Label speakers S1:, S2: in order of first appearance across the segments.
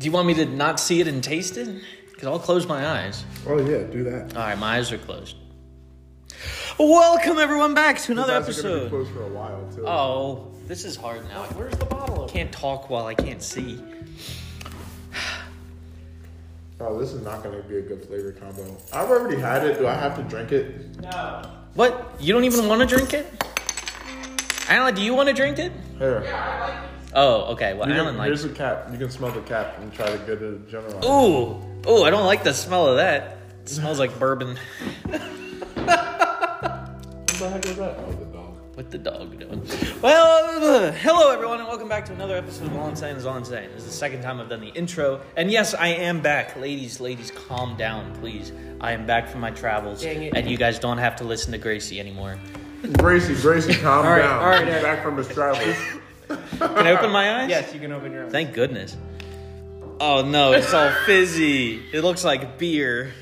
S1: you want me to not see it and taste it? Because I'll close my eyes.
S2: Oh yeah, do that.
S1: All right, my eyes are closed. Welcome everyone back to another
S2: Guys are gonna be
S1: episode.
S2: closed for a while too.
S1: Oh, this is hard now. I
S3: Where's the bottle? Of?
S1: can't talk while I can't see.
S2: Oh, this is not gonna be a good flavor combo. I've already had it. Do I have to drink it?
S3: No.
S1: What? You don't even want to drink it? Alan, do you want to drink it?
S2: Here.
S1: Oh, okay. Well,
S2: You can-
S1: Alan
S2: here's
S1: likes.
S2: the cap. You can smell the cap and try to get a general.
S1: Ooh, ooh! I don't like the smell of that. It smells like bourbon.
S2: What the heck is that? Oh, the dog.
S1: What the dog doing? Well, uh, hello everyone, and welcome back to another episode of All I'm Saying Is All I'm Saying. This is the second time I've done the intro, and yes, I am back, ladies. Ladies, calm down, please. I am back from my travels,
S3: Dang it.
S1: and you guys don't have to listen to Gracie anymore.
S2: Gracie, Gracie, calm
S1: All right,
S2: down.
S1: all right,
S2: He's
S1: all right.
S2: back from his travels.
S1: Can I open my eyes?
S3: Yes, you can open your eyes.
S1: Thank goodness. Oh no, it's all fizzy. It looks like beer.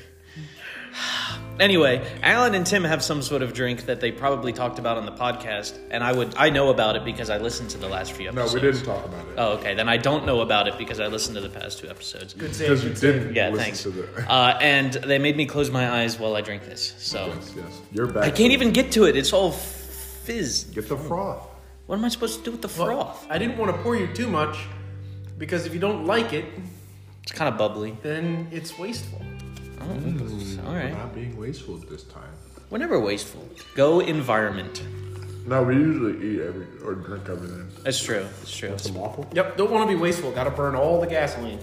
S1: Anyway, Alan and Tim have some sort of drink that they probably talked about on the podcast, and I would I know about it because I listened to the last few
S2: No,
S1: episodes.
S2: we didn't talk about it
S1: Oh, okay. Then I don't know about it because I listened to the past two episodes.
S3: Good
S2: because
S3: save.
S2: you
S3: Good save.
S2: didn't
S1: Yeah,
S2: listen
S1: thanks.
S2: to the.
S1: Uh, and they made me close my eyes while I drink this. So
S2: yes, yes, you're back.
S1: I can't even get to it. It's all fizz.
S2: get the froth.
S1: What am I supposed to do with the froth?
S3: I didn't want to pour you too much because if you don't like it,
S1: It's kind of bubbly.
S3: then it's wasteful.
S1: All right.
S2: We're not being wasteful this time.
S1: We're never wasteful. Go environment.
S2: No, we usually eat every or drink everything.
S1: That's true. That's true.
S2: Some waffle.
S3: Yep. Don't want to be wasteful. Got to burn all the gasoline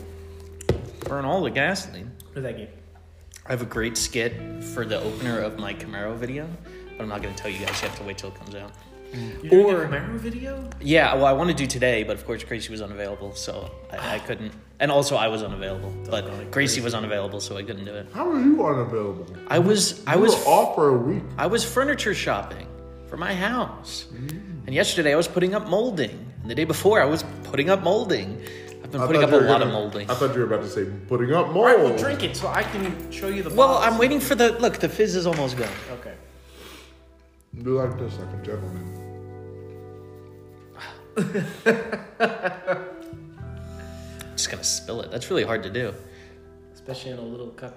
S1: Burn all the gasoline.
S3: for that game.
S1: I have a great skit for the opener of my Camaro video, but I'm not going to tell you guys. You have to wait till it comes out.
S3: You did
S1: Or- Oh.
S3: a Camaro video?
S1: Yeah, well, I want to do today, but of course Gracie was unavailable, so I, I couldn't. And also, I was unavailable, but Gracie was unavailable, so I couldn't do it.
S2: How are you unavailable?
S1: I was, I
S2: You
S1: was,
S2: were off for a week.
S1: I was furniture shopping for my house, and yesterday I was putting up molding. And the day before, I was putting up molding. I've been
S2: I
S1: putting
S2: thought
S1: up
S2: you
S1: a
S2: were
S1: lot
S2: gonna-
S1: of molding.
S2: I thought you were about to say putting up mold.
S3: All right, well, drink it so I can show you the.
S1: Well,
S3: bottles.
S1: I'm waiting for the look. The fizz is almost gone.
S3: Okay.
S2: Do like this, like a gentleman.
S1: just gonna spill it. That's really hard to do.
S3: Especially in a little cup.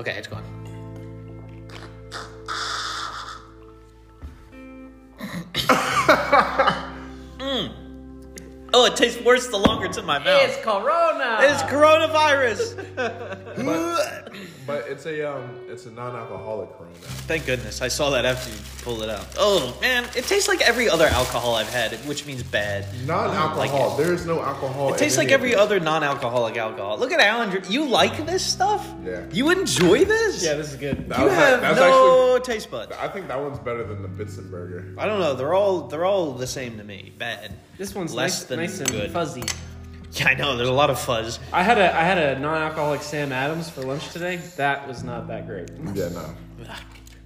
S1: Okay, it's gone. mm. Oh, it tastes worse the longer it's in my mouth. It's,
S3: Corona.
S1: coronavirus.
S2: But, but it's a um, it's a non-alcoholic Corona.
S1: Thank goodness. I saw that after you pulled it out. Oh man, it tastes like every other alcohol I've had, which means bad. I
S2: Non-alcohol.
S1: don't
S2: there is no alcohol.
S1: It tastes like every other non-alcoholic alcohol. Look at Alan. you're- You like this stuff?
S2: Yeah.
S1: You enjoy this?
S3: Yeah, this is good.
S2: That
S1: You
S2: was-
S1: have
S2: that's
S1: no taste buds.
S2: Actually, I think that one's better than the Bitsenberger.
S1: I don't know. They're all they're all the same to me. Bad.
S3: This one's
S1: Less
S3: nice,
S1: than
S3: nice and
S1: good.
S3: fuzzy.
S1: Yeah, I know. There's a lot of fuzz.
S3: I had a I had a non-alcoholic Sam Adams for lunch today. That was not that great,
S2: Yeah, no.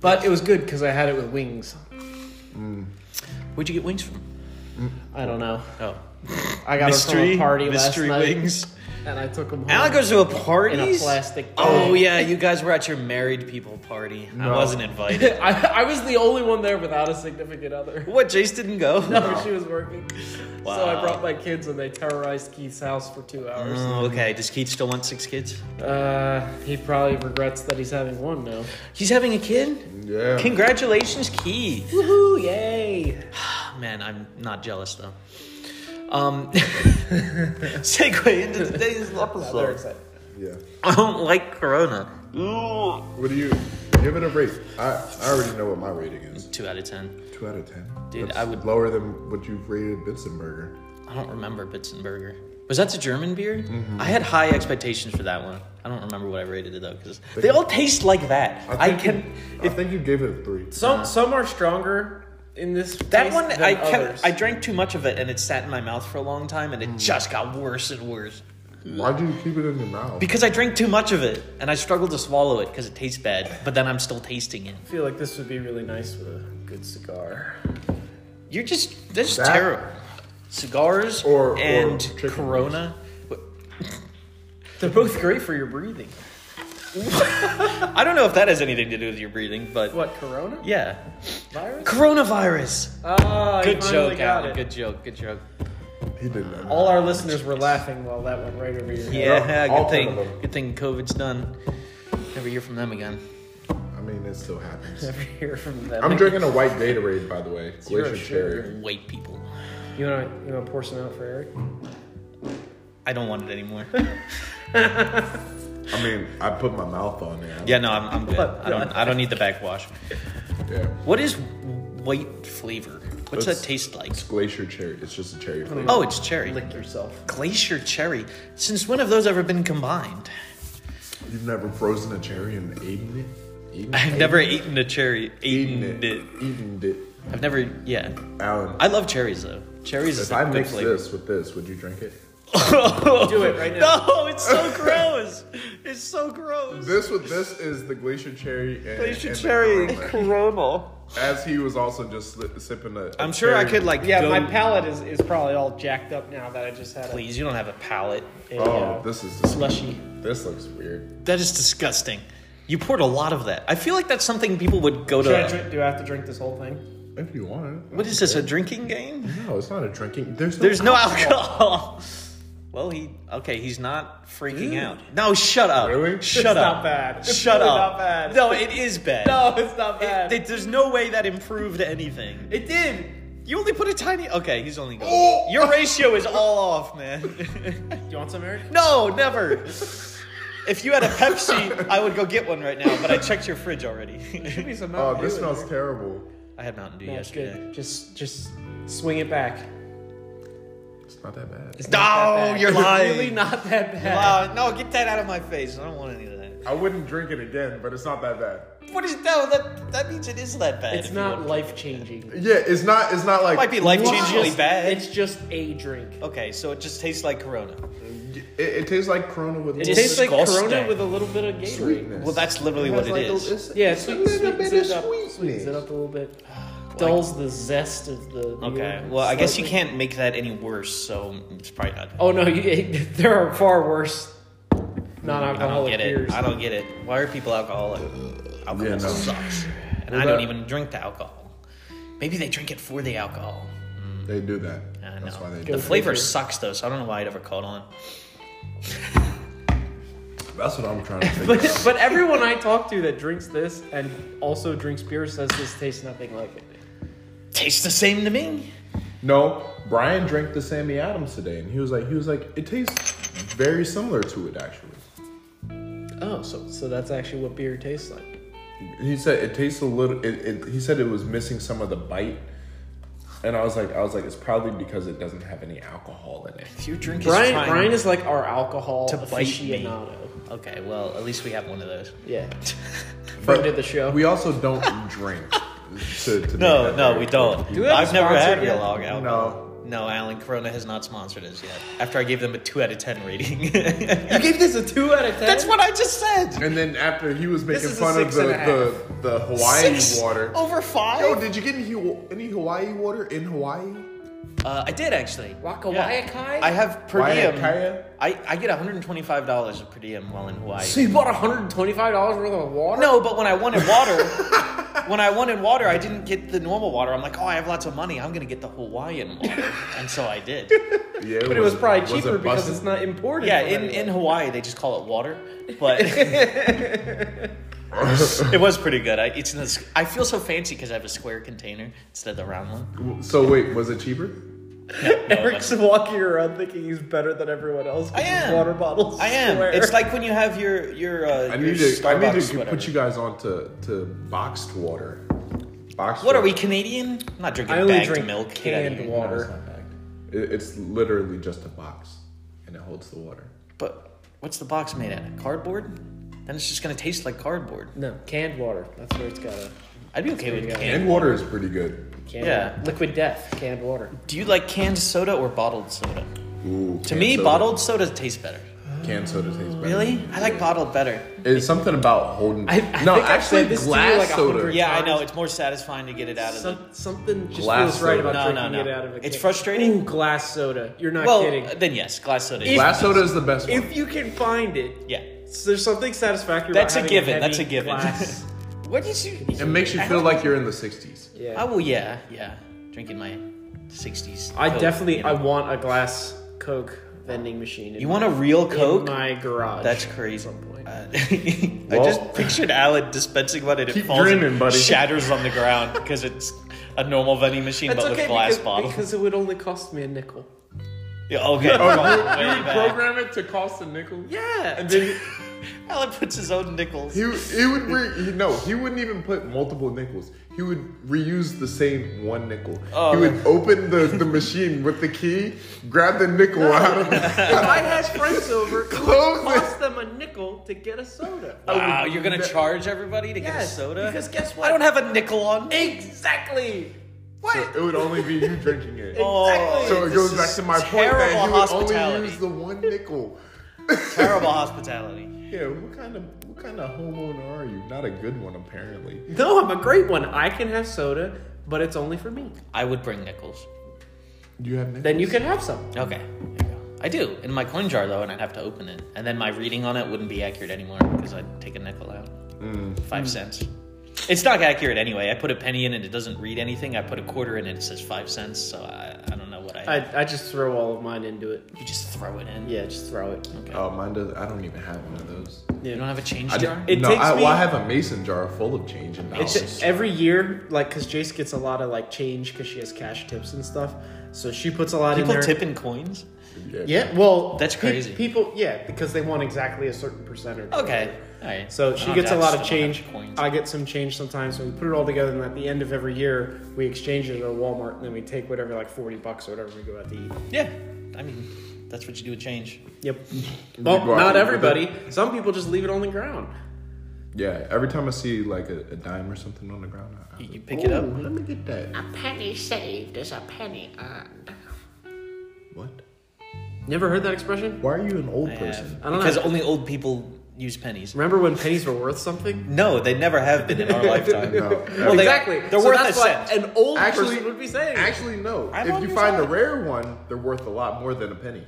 S3: but it was good because I had it with wings.
S1: Where'd you get wings from?
S3: I don't know.
S1: Oh,
S3: I got them from a party
S1: mystery
S3: last night,
S1: wings.
S3: and I took them home
S1: Alan goes to a party
S3: in a plastic.
S1: Oh
S3: bag.
S1: yeah, you guys were at your married people party. I
S2: No.
S1: wasn't invited.
S3: I, I was the only one there without a significant other.
S1: what? Jace didn't go.
S3: she was working, so
S1: Wow.
S3: I brought my kids and they terrorized Keith's house for two hours.
S1: Oh, okay. Does Keith still want six kids?
S3: Uh, he probably regrets that he's having one now.
S1: He's having a kid.
S2: Yeah.
S1: Congratulations, Keith.
S3: Woohoo! Yay!
S1: Man, I'm not jealous though. Um, segue into today's
S3: They're
S1: episode.
S3: excited.
S2: yeah.
S1: I don't like Corona. Ooh.
S2: What do you give it a rate? I I already know what my rating is.
S1: Two out of ten.
S2: Two out of ten.
S1: Dude,
S2: That's
S1: I would-
S2: lower than what you've rated Bitsenberger.
S1: I don't remember Bitzenberger. Was that the German beer?
S3: Mm-hmm.
S1: I had high expectations for that one. I don't remember what I rated it though, because they all taste like that. I,
S2: think
S1: can.
S2: you- I think you gave it a three.
S3: Some some are stronger in this.
S1: That
S3: case
S1: one,
S3: than
S1: I
S3: others. Mm.
S1: kept. I drank too much of it, and it sat in my mouth for a long time, and it just got worse and worse.
S2: Why do you keep it in your mouth?
S1: Because I drank too much of it, and I struggled to swallow it because it tastes bad. But then I'm still tasting it.
S3: feel like this would be really nice with a good cigar.
S1: You're just that's just
S2: That-
S1: terrible. Cigars
S2: Or- or
S1: and
S2: chicken wings.
S1: Corona. What-
S3: They're both great for your breathing.
S1: I don't know if that has anything to do with your breathing, but
S3: What Corona
S1: yeah,
S3: virus?
S1: coronavirus.
S3: Oh, you
S1: Good
S3: finally
S1: joke,
S3: got
S1: Alan.
S3: it.
S1: Good joke. Good joke.
S2: He did that.
S3: All our listeners were laughing while that went right over your
S1: Yeah,
S3: head.
S1: good
S2: All ten of
S1: thing.
S2: them.
S1: Good thing COVID's done. Never hear from them again.
S2: I mean, it still happens.
S3: Never hear from them.
S2: I'm drinking a white Gatorade, by the way. Glacier
S3: Zero
S2: Cherry.
S3: sugar.
S1: White people.
S3: You wanna you wanna pour some out for Eric?
S1: I don't want it anymore.
S2: I mean, I put my mouth on there.
S1: Yeah, no, I'm, I'm good. I don't. I don't need the backwash.
S2: Yeah.
S1: What is white flavor? What's that taste like?
S2: It's Glacier Cherry. It's just a cherry flavor.
S1: Oh, it's cherry.
S3: Lick yourself.
S1: Glacier cherry. Since when have those ever been combined?
S2: You've never frozen a cherry and eaten it? Eaten
S1: Mm. I've never eaten a cherry. Eaten it.
S2: Eaten it.
S1: I've never. Yeah.
S2: Alan,
S1: I love cherries though. Cherries is
S2: if
S1: a
S2: I
S1: good
S2: mix
S1: flavor.
S2: this with this, would you drink it?
S3: Do it right now.
S1: No, it's so gross. It's so gross.
S2: This with this is the Glacier Cherry and
S1: Glacier
S2: and the
S1: cherry and
S2: Corona.
S1: Corona.
S2: As he was also just li- sipping a.
S1: I'm sure I could like.
S3: Yeah,
S1: go-
S3: my palate is, is probably all jacked up now that I just had
S1: Please, you don't have a palate.
S3: a, a
S2: Oh,
S3: uh,
S2: this is dis-
S3: slushy.
S2: this looks weird.
S1: That is disgusting. You poured a lot of that. I feel like that's something people would go
S3: Should I
S1: to.
S3: drink, do I have to drink this whole thing?
S2: If you want,
S1: What is this? A drinking game?
S2: no, it's not a drinking. There's no
S1: There's no Mm-hmm. alcohol. Well, he okay. He's not freaking
S2: Dude.
S1: out. No, shut up.
S2: Really?
S1: Shut
S3: It's
S1: up.
S3: not bad. It's
S1: Shut
S3: really
S1: up.
S3: not bad.
S1: No, it is bad.
S3: No, it's not
S1: It-
S3: bad.
S1: it- there's no way that improved anything.
S3: It did.
S1: You only put a tiny. Okay, he's only. Going.
S2: Oh!
S1: Your ratio is all off, man.
S3: Do you want some, Eric?
S1: no, never. If you had a Pepsi, I would go get one right now. But I checked your fridge
S3: Give
S1: already.
S3: me some
S2: Oh,
S3: Mountain
S2: this
S3: Dew,
S2: smells
S3: Eric.
S2: terrible.
S1: I had Mountain Dew
S3: Yeah, it's
S1: yesterday.
S3: good. Just just swing it back.
S2: It's not that bad.
S3: It's not
S1: No,
S3: that bad.
S1: Oh, you're
S3: It's
S1: lying.
S3: Really not that bad.
S1: Wow, no, get that out of my face. I don't want any of that.
S2: I wouldn't drink it again, but it's not that bad.
S1: What is that? That, that means it is that bad.
S3: It's not life changing.
S2: Yeah, it's not. It's not like
S1: It might be life-changingly
S3: It's-
S1: bad.
S3: It's just a drink.
S1: Okay, so it just tastes like Corona.
S2: It, it tastes like Corona with
S3: It
S2: little
S3: tastes like
S1: Disgusting.
S3: Corona with a little bit of Gatorade.
S2: sweetness.
S1: Well, that's literally
S2: It
S1: what
S2: has
S1: it
S2: like a-
S1: is.
S2: it's-
S3: Yeah,
S2: it's
S3: it's
S2: a
S3: sweet,
S2: little bit
S3: sweetens
S2: of
S3: it up, sweetens it
S2: sweetness.
S3: up a little bit. Dulls the zest of the. the
S1: Okay,
S3: beer
S1: well, I guess you
S3: slightly.
S1: can't make that any worse, so it's probably not.
S3: Oh no, you, there are far worse
S1: I don't
S3: non-alcoholic
S1: get it.
S3: beers.
S1: I don't get it. Why are people alcoholic? Alcohol
S2: Yeah, no.
S1: sucks, and
S2: Well,
S1: I don't
S2: that-
S1: even drink the alcohol. Maybe they drink it for the alcohol.
S2: They do that.
S1: I
S2: That's
S1: know.
S2: why they
S1: the
S2: do that.
S1: flavor
S3: figure.
S1: sucks though, so I don't know why it ever caught on.
S2: That's what I'm trying to think.
S3: But but everyone I talk to that drinks this and also drinks beer says this tastes nothing like it.
S1: Tastes the same to me.
S2: No, Brian drank the Sammy Adams today, and he was like, he was like, it tastes very similar to it actually.
S3: Oh, so so that's actually what beer tastes like.
S2: He said it tastes a little. It, it, he said it was missing some of the bite, and I was like, I was like, it's probably because it doesn't have any alcohol in it.
S1: If you're drinking,
S3: Brian Brian is like our alcohol
S1: to bite me.
S3: aficionado.
S1: okay. Well, at least we have one of those.
S3: Yeah,
S2: But
S3: friend of the show.
S2: We also don't drink. to, to make
S1: No,
S2: that
S1: no,
S2: very
S1: we don't.
S2: clear.
S3: Do we have
S1: I've
S3: a
S1: never
S3: sponsor
S1: had real
S3: yet?
S1: alcohol.
S2: No.
S1: No, Alan Corona has not sponsored us yet. After I gave them a two out of ten rating.
S3: you gave this a two out of ten.
S1: That's what I just said.
S2: And then after he was making
S3: is a
S2: fun of
S3: six
S2: the,
S3: and a Oh.
S2: the, the Hawaii
S1: Six
S2: water.
S1: over five.
S2: Yo, did you get any, Haw- any Hawaii water in Hawaii?
S1: uh, I did actually.
S3: Waka
S1: Yeah.
S3: Waiakai?
S1: I have per diem.
S2: Waiakea?
S1: I, I get $125 of per diem while in Hawaii.
S3: So you bought one hundred and twenty-five dollars worth of water.
S1: No, but when I wanted water, when I wanted water, I didn't get the normal water. I'm like, oh, I have lots of money. I'm gonna get the Hawaiian water, and so I did.
S2: Yeah,
S3: but it was probably
S2: it
S3: cheaper because
S2: bussin'?
S3: it's not imported.
S1: Yeah,
S3: from
S1: in,
S3: anywhere.
S1: in Hawaii they just call it water, but it was pretty good. I it's in this, I feel so fancy because I have a square container instead of the round one.
S2: So wait, was it cheaper?
S3: Eric's walking around thinking he's better than everyone else. 'cause
S1: I
S3: his
S1: am.
S3: Water bottles.
S1: I am.
S3: square.
S1: It's like when you have your your. Uh,
S2: I
S1: your
S2: need to. I need
S1: Starbucks,
S2: to
S1: whatever.
S2: put you guys on to, to boxed water. Boxed.
S1: What are we
S2: water.
S1: Canadian? I'm not drinking
S3: I only
S1: bagged
S3: drink
S1: milk. Get out of
S3: canned
S1: here.
S2: No, it's
S3: water.
S2: not bagged. It- it's literally just a box, and it holds the water.
S1: But what's the box made out of? Cardboard? Then it's just gonna taste like cardboard.
S3: No, canned water. That's where it's got a
S1: I'd be okay with
S3: you go.
S1: canned.
S2: And water is pretty good.
S3: canned
S1: Yeah.
S3: liquid death, canned water.
S1: Do you like canned soda or bottled soda?
S2: Ooh,
S1: To me, bottled soda tastes better.
S2: canned soda tastes better.
S1: Really? I like bottled better.
S2: It's something about holding.
S3: I- I
S2: no,
S3: think I've
S2: actually,
S3: said this to you
S2: glass
S3: like a
S2: soda.
S3: hundred-
S1: Yeah, I know. It's more satisfying to get it out of the
S3: Some, something just
S2: Glass
S3: feels right
S2: soda.
S1: No,
S3: about
S1: no,
S3: drinking
S1: no.
S3: it out of a
S1: It's
S3: can.
S1: frustrating.
S3: Ooh, glass soda. You're not
S1: well,
S3: kidding.
S1: then yes, glass soda.
S3: If-
S1: Is,
S2: Glass soda is the best one.
S3: If you can find it,
S1: yeah.
S3: so there's something satisfactory.
S1: That's a
S3: about having
S1: given,
S3: heavy
S1: that's a given.
S3: glass.
S1: What did you?
S2: It makes you feel like you're in the '60s.
S3: yeah.
S1: Oh well, yeah, yeah. Drinking my '60s.
S3: I
S1: Coke,
S3: definitely
S1: you know?
S3: I want a glass Coke vending machine. in
S1: You
S3: my-
S1: want a real
S3: in
S1: Coke?
S3: my garage.
S1: That's crazy.
S3: some point.
S1: Uh, I
S2: Well-
S1: just pictured Alan dispensing one and it
S2: Keep
S1: falls and
S2: dreaming, buddy.
S1: shatters on the ground because it's a normal vending machine
S3: That's
S1: but
S3: okay
S1: with glass
S3: because,
S1: bottles.
S3: because it would only cost me a nickel.
S1: Yeah, okay.
S2: Oh,
S1: we're going way back.
S2: program it to cost a nickel.
S3: Yeah.
S2: And then
S1: Alan puts his own nickels.
S2: he, he would re, he, no, he wouldn't even put multiple nickels. He would reuse the same one nickel.
S1: Oh.
S2: he would open the, the machine with the key, grab the nickel out of the
S3: if I had friends over, it
S2: Close
S3: would
S2: it.
S3: cost them a nickel to get a soda.
S1: Wow, you're gonna
S2: ne-
S1: charge everybody to get a
S3: Yes,
S1: soda?
S3: because guess what?
S1: I don't have a nickel on me.
S3: Exactly. What?
S2: So it would only be you drinking it.
S1: Oh,
S2: so it
S1: this
S2: goes
S1: is
S2: back to my point that
S1: terrible
S2: he would only
S1: hospitality.
S2: use the one nickel.
S1: Terrible hospitality.
S2: Yeah, what kind of what kind of homeowner are you? Not a good one, apparently.
S3: No, I'm a great one. I can have soda, but it's only for me.
S1: I would bring nickels.
S2: Do you have nickels?
S3: Then you can have some.
S1: Okay. there you go. I do in my coin jar though, and I'd have to open it, and then my reading on it wouldn't be accurate anymore because I'd take a nickel out,
S3: Mm.
S1: five cents. It's not accurate anyway. I put a penny in and it doesn't read anything. I put a quarter in and it says five cents, so I, I don't know what I,
S3: I, I just throw all of mine into it.
S1: You just throw it in.
S3: Yeah, just throw it.
S1: Okay.
S2: Oh, mine does. I don't even have one of those.
S1: You don't have a change
S2: I
S1: jar.
S3: It
S2: no,
S3: takes
S2: I, well,
S3: me-
S2: I have a mason jar full of change and
S3: It's
S2: dollars.
S1: just-
S3: every year, like, cause Jace gets a lot of like change, cause she has cash tips and stuff. So she puts a lot in
S1: People
S3: there.
S1: tip in coins.
S3: Yeah, well,
S1: That's
S3: pe-
S1: crazy.
S3: people, yeah, because they want exactly a certain percentage.
S1: Okay. All right.
S3: So she
S1: Oh,
S3: gets a
S1: God,
S3: lot
S1: I
S3: of
S1: still don't have
S3: change.
S1: Coins.
S3: I get some change sometimes. So we put it all together, and at the end of every year, we exchange it at Walmart, and then we take whatever, like forty bucks or whatever, we go out to eat.
S1: yeah. I mean, that's what you do with change.
S3: Yep.
S2: You
S3: Well,
S2: go out
S3: not
S2: to eat with
S3: everybody. Some people just leave it on the ground.
S2: Yeah, every time I see like a, a dime or something on the ground, I,
S1: You, you pick it up.
S2: Ooh, Let me get that.
S4: A penny saved is a penny earned.
S2: What?
S3: Never heard that expression?
S2: Why are you an old
S1: I
S2: person?
S1: have.
S3: I don't
S1: because
S3: know.
S1: only old people use pennies.
S3: Remember when pennies were worth something?
S1: No, they never have been in our lifetime.
S2: No.
S1: Well, they-
S3: exactly.
S1: they're
S3: So
S1: worth
S3: that's
S1: a
S3: what
S1: cent.
S3: an old
S2: Actually,
S3: person would be saying.
S2: actually, no.
S1: I'm on
S2: if you
S1: your
S2: find
S1: side.
S2: a rare one, they're worth a lot more than a penny.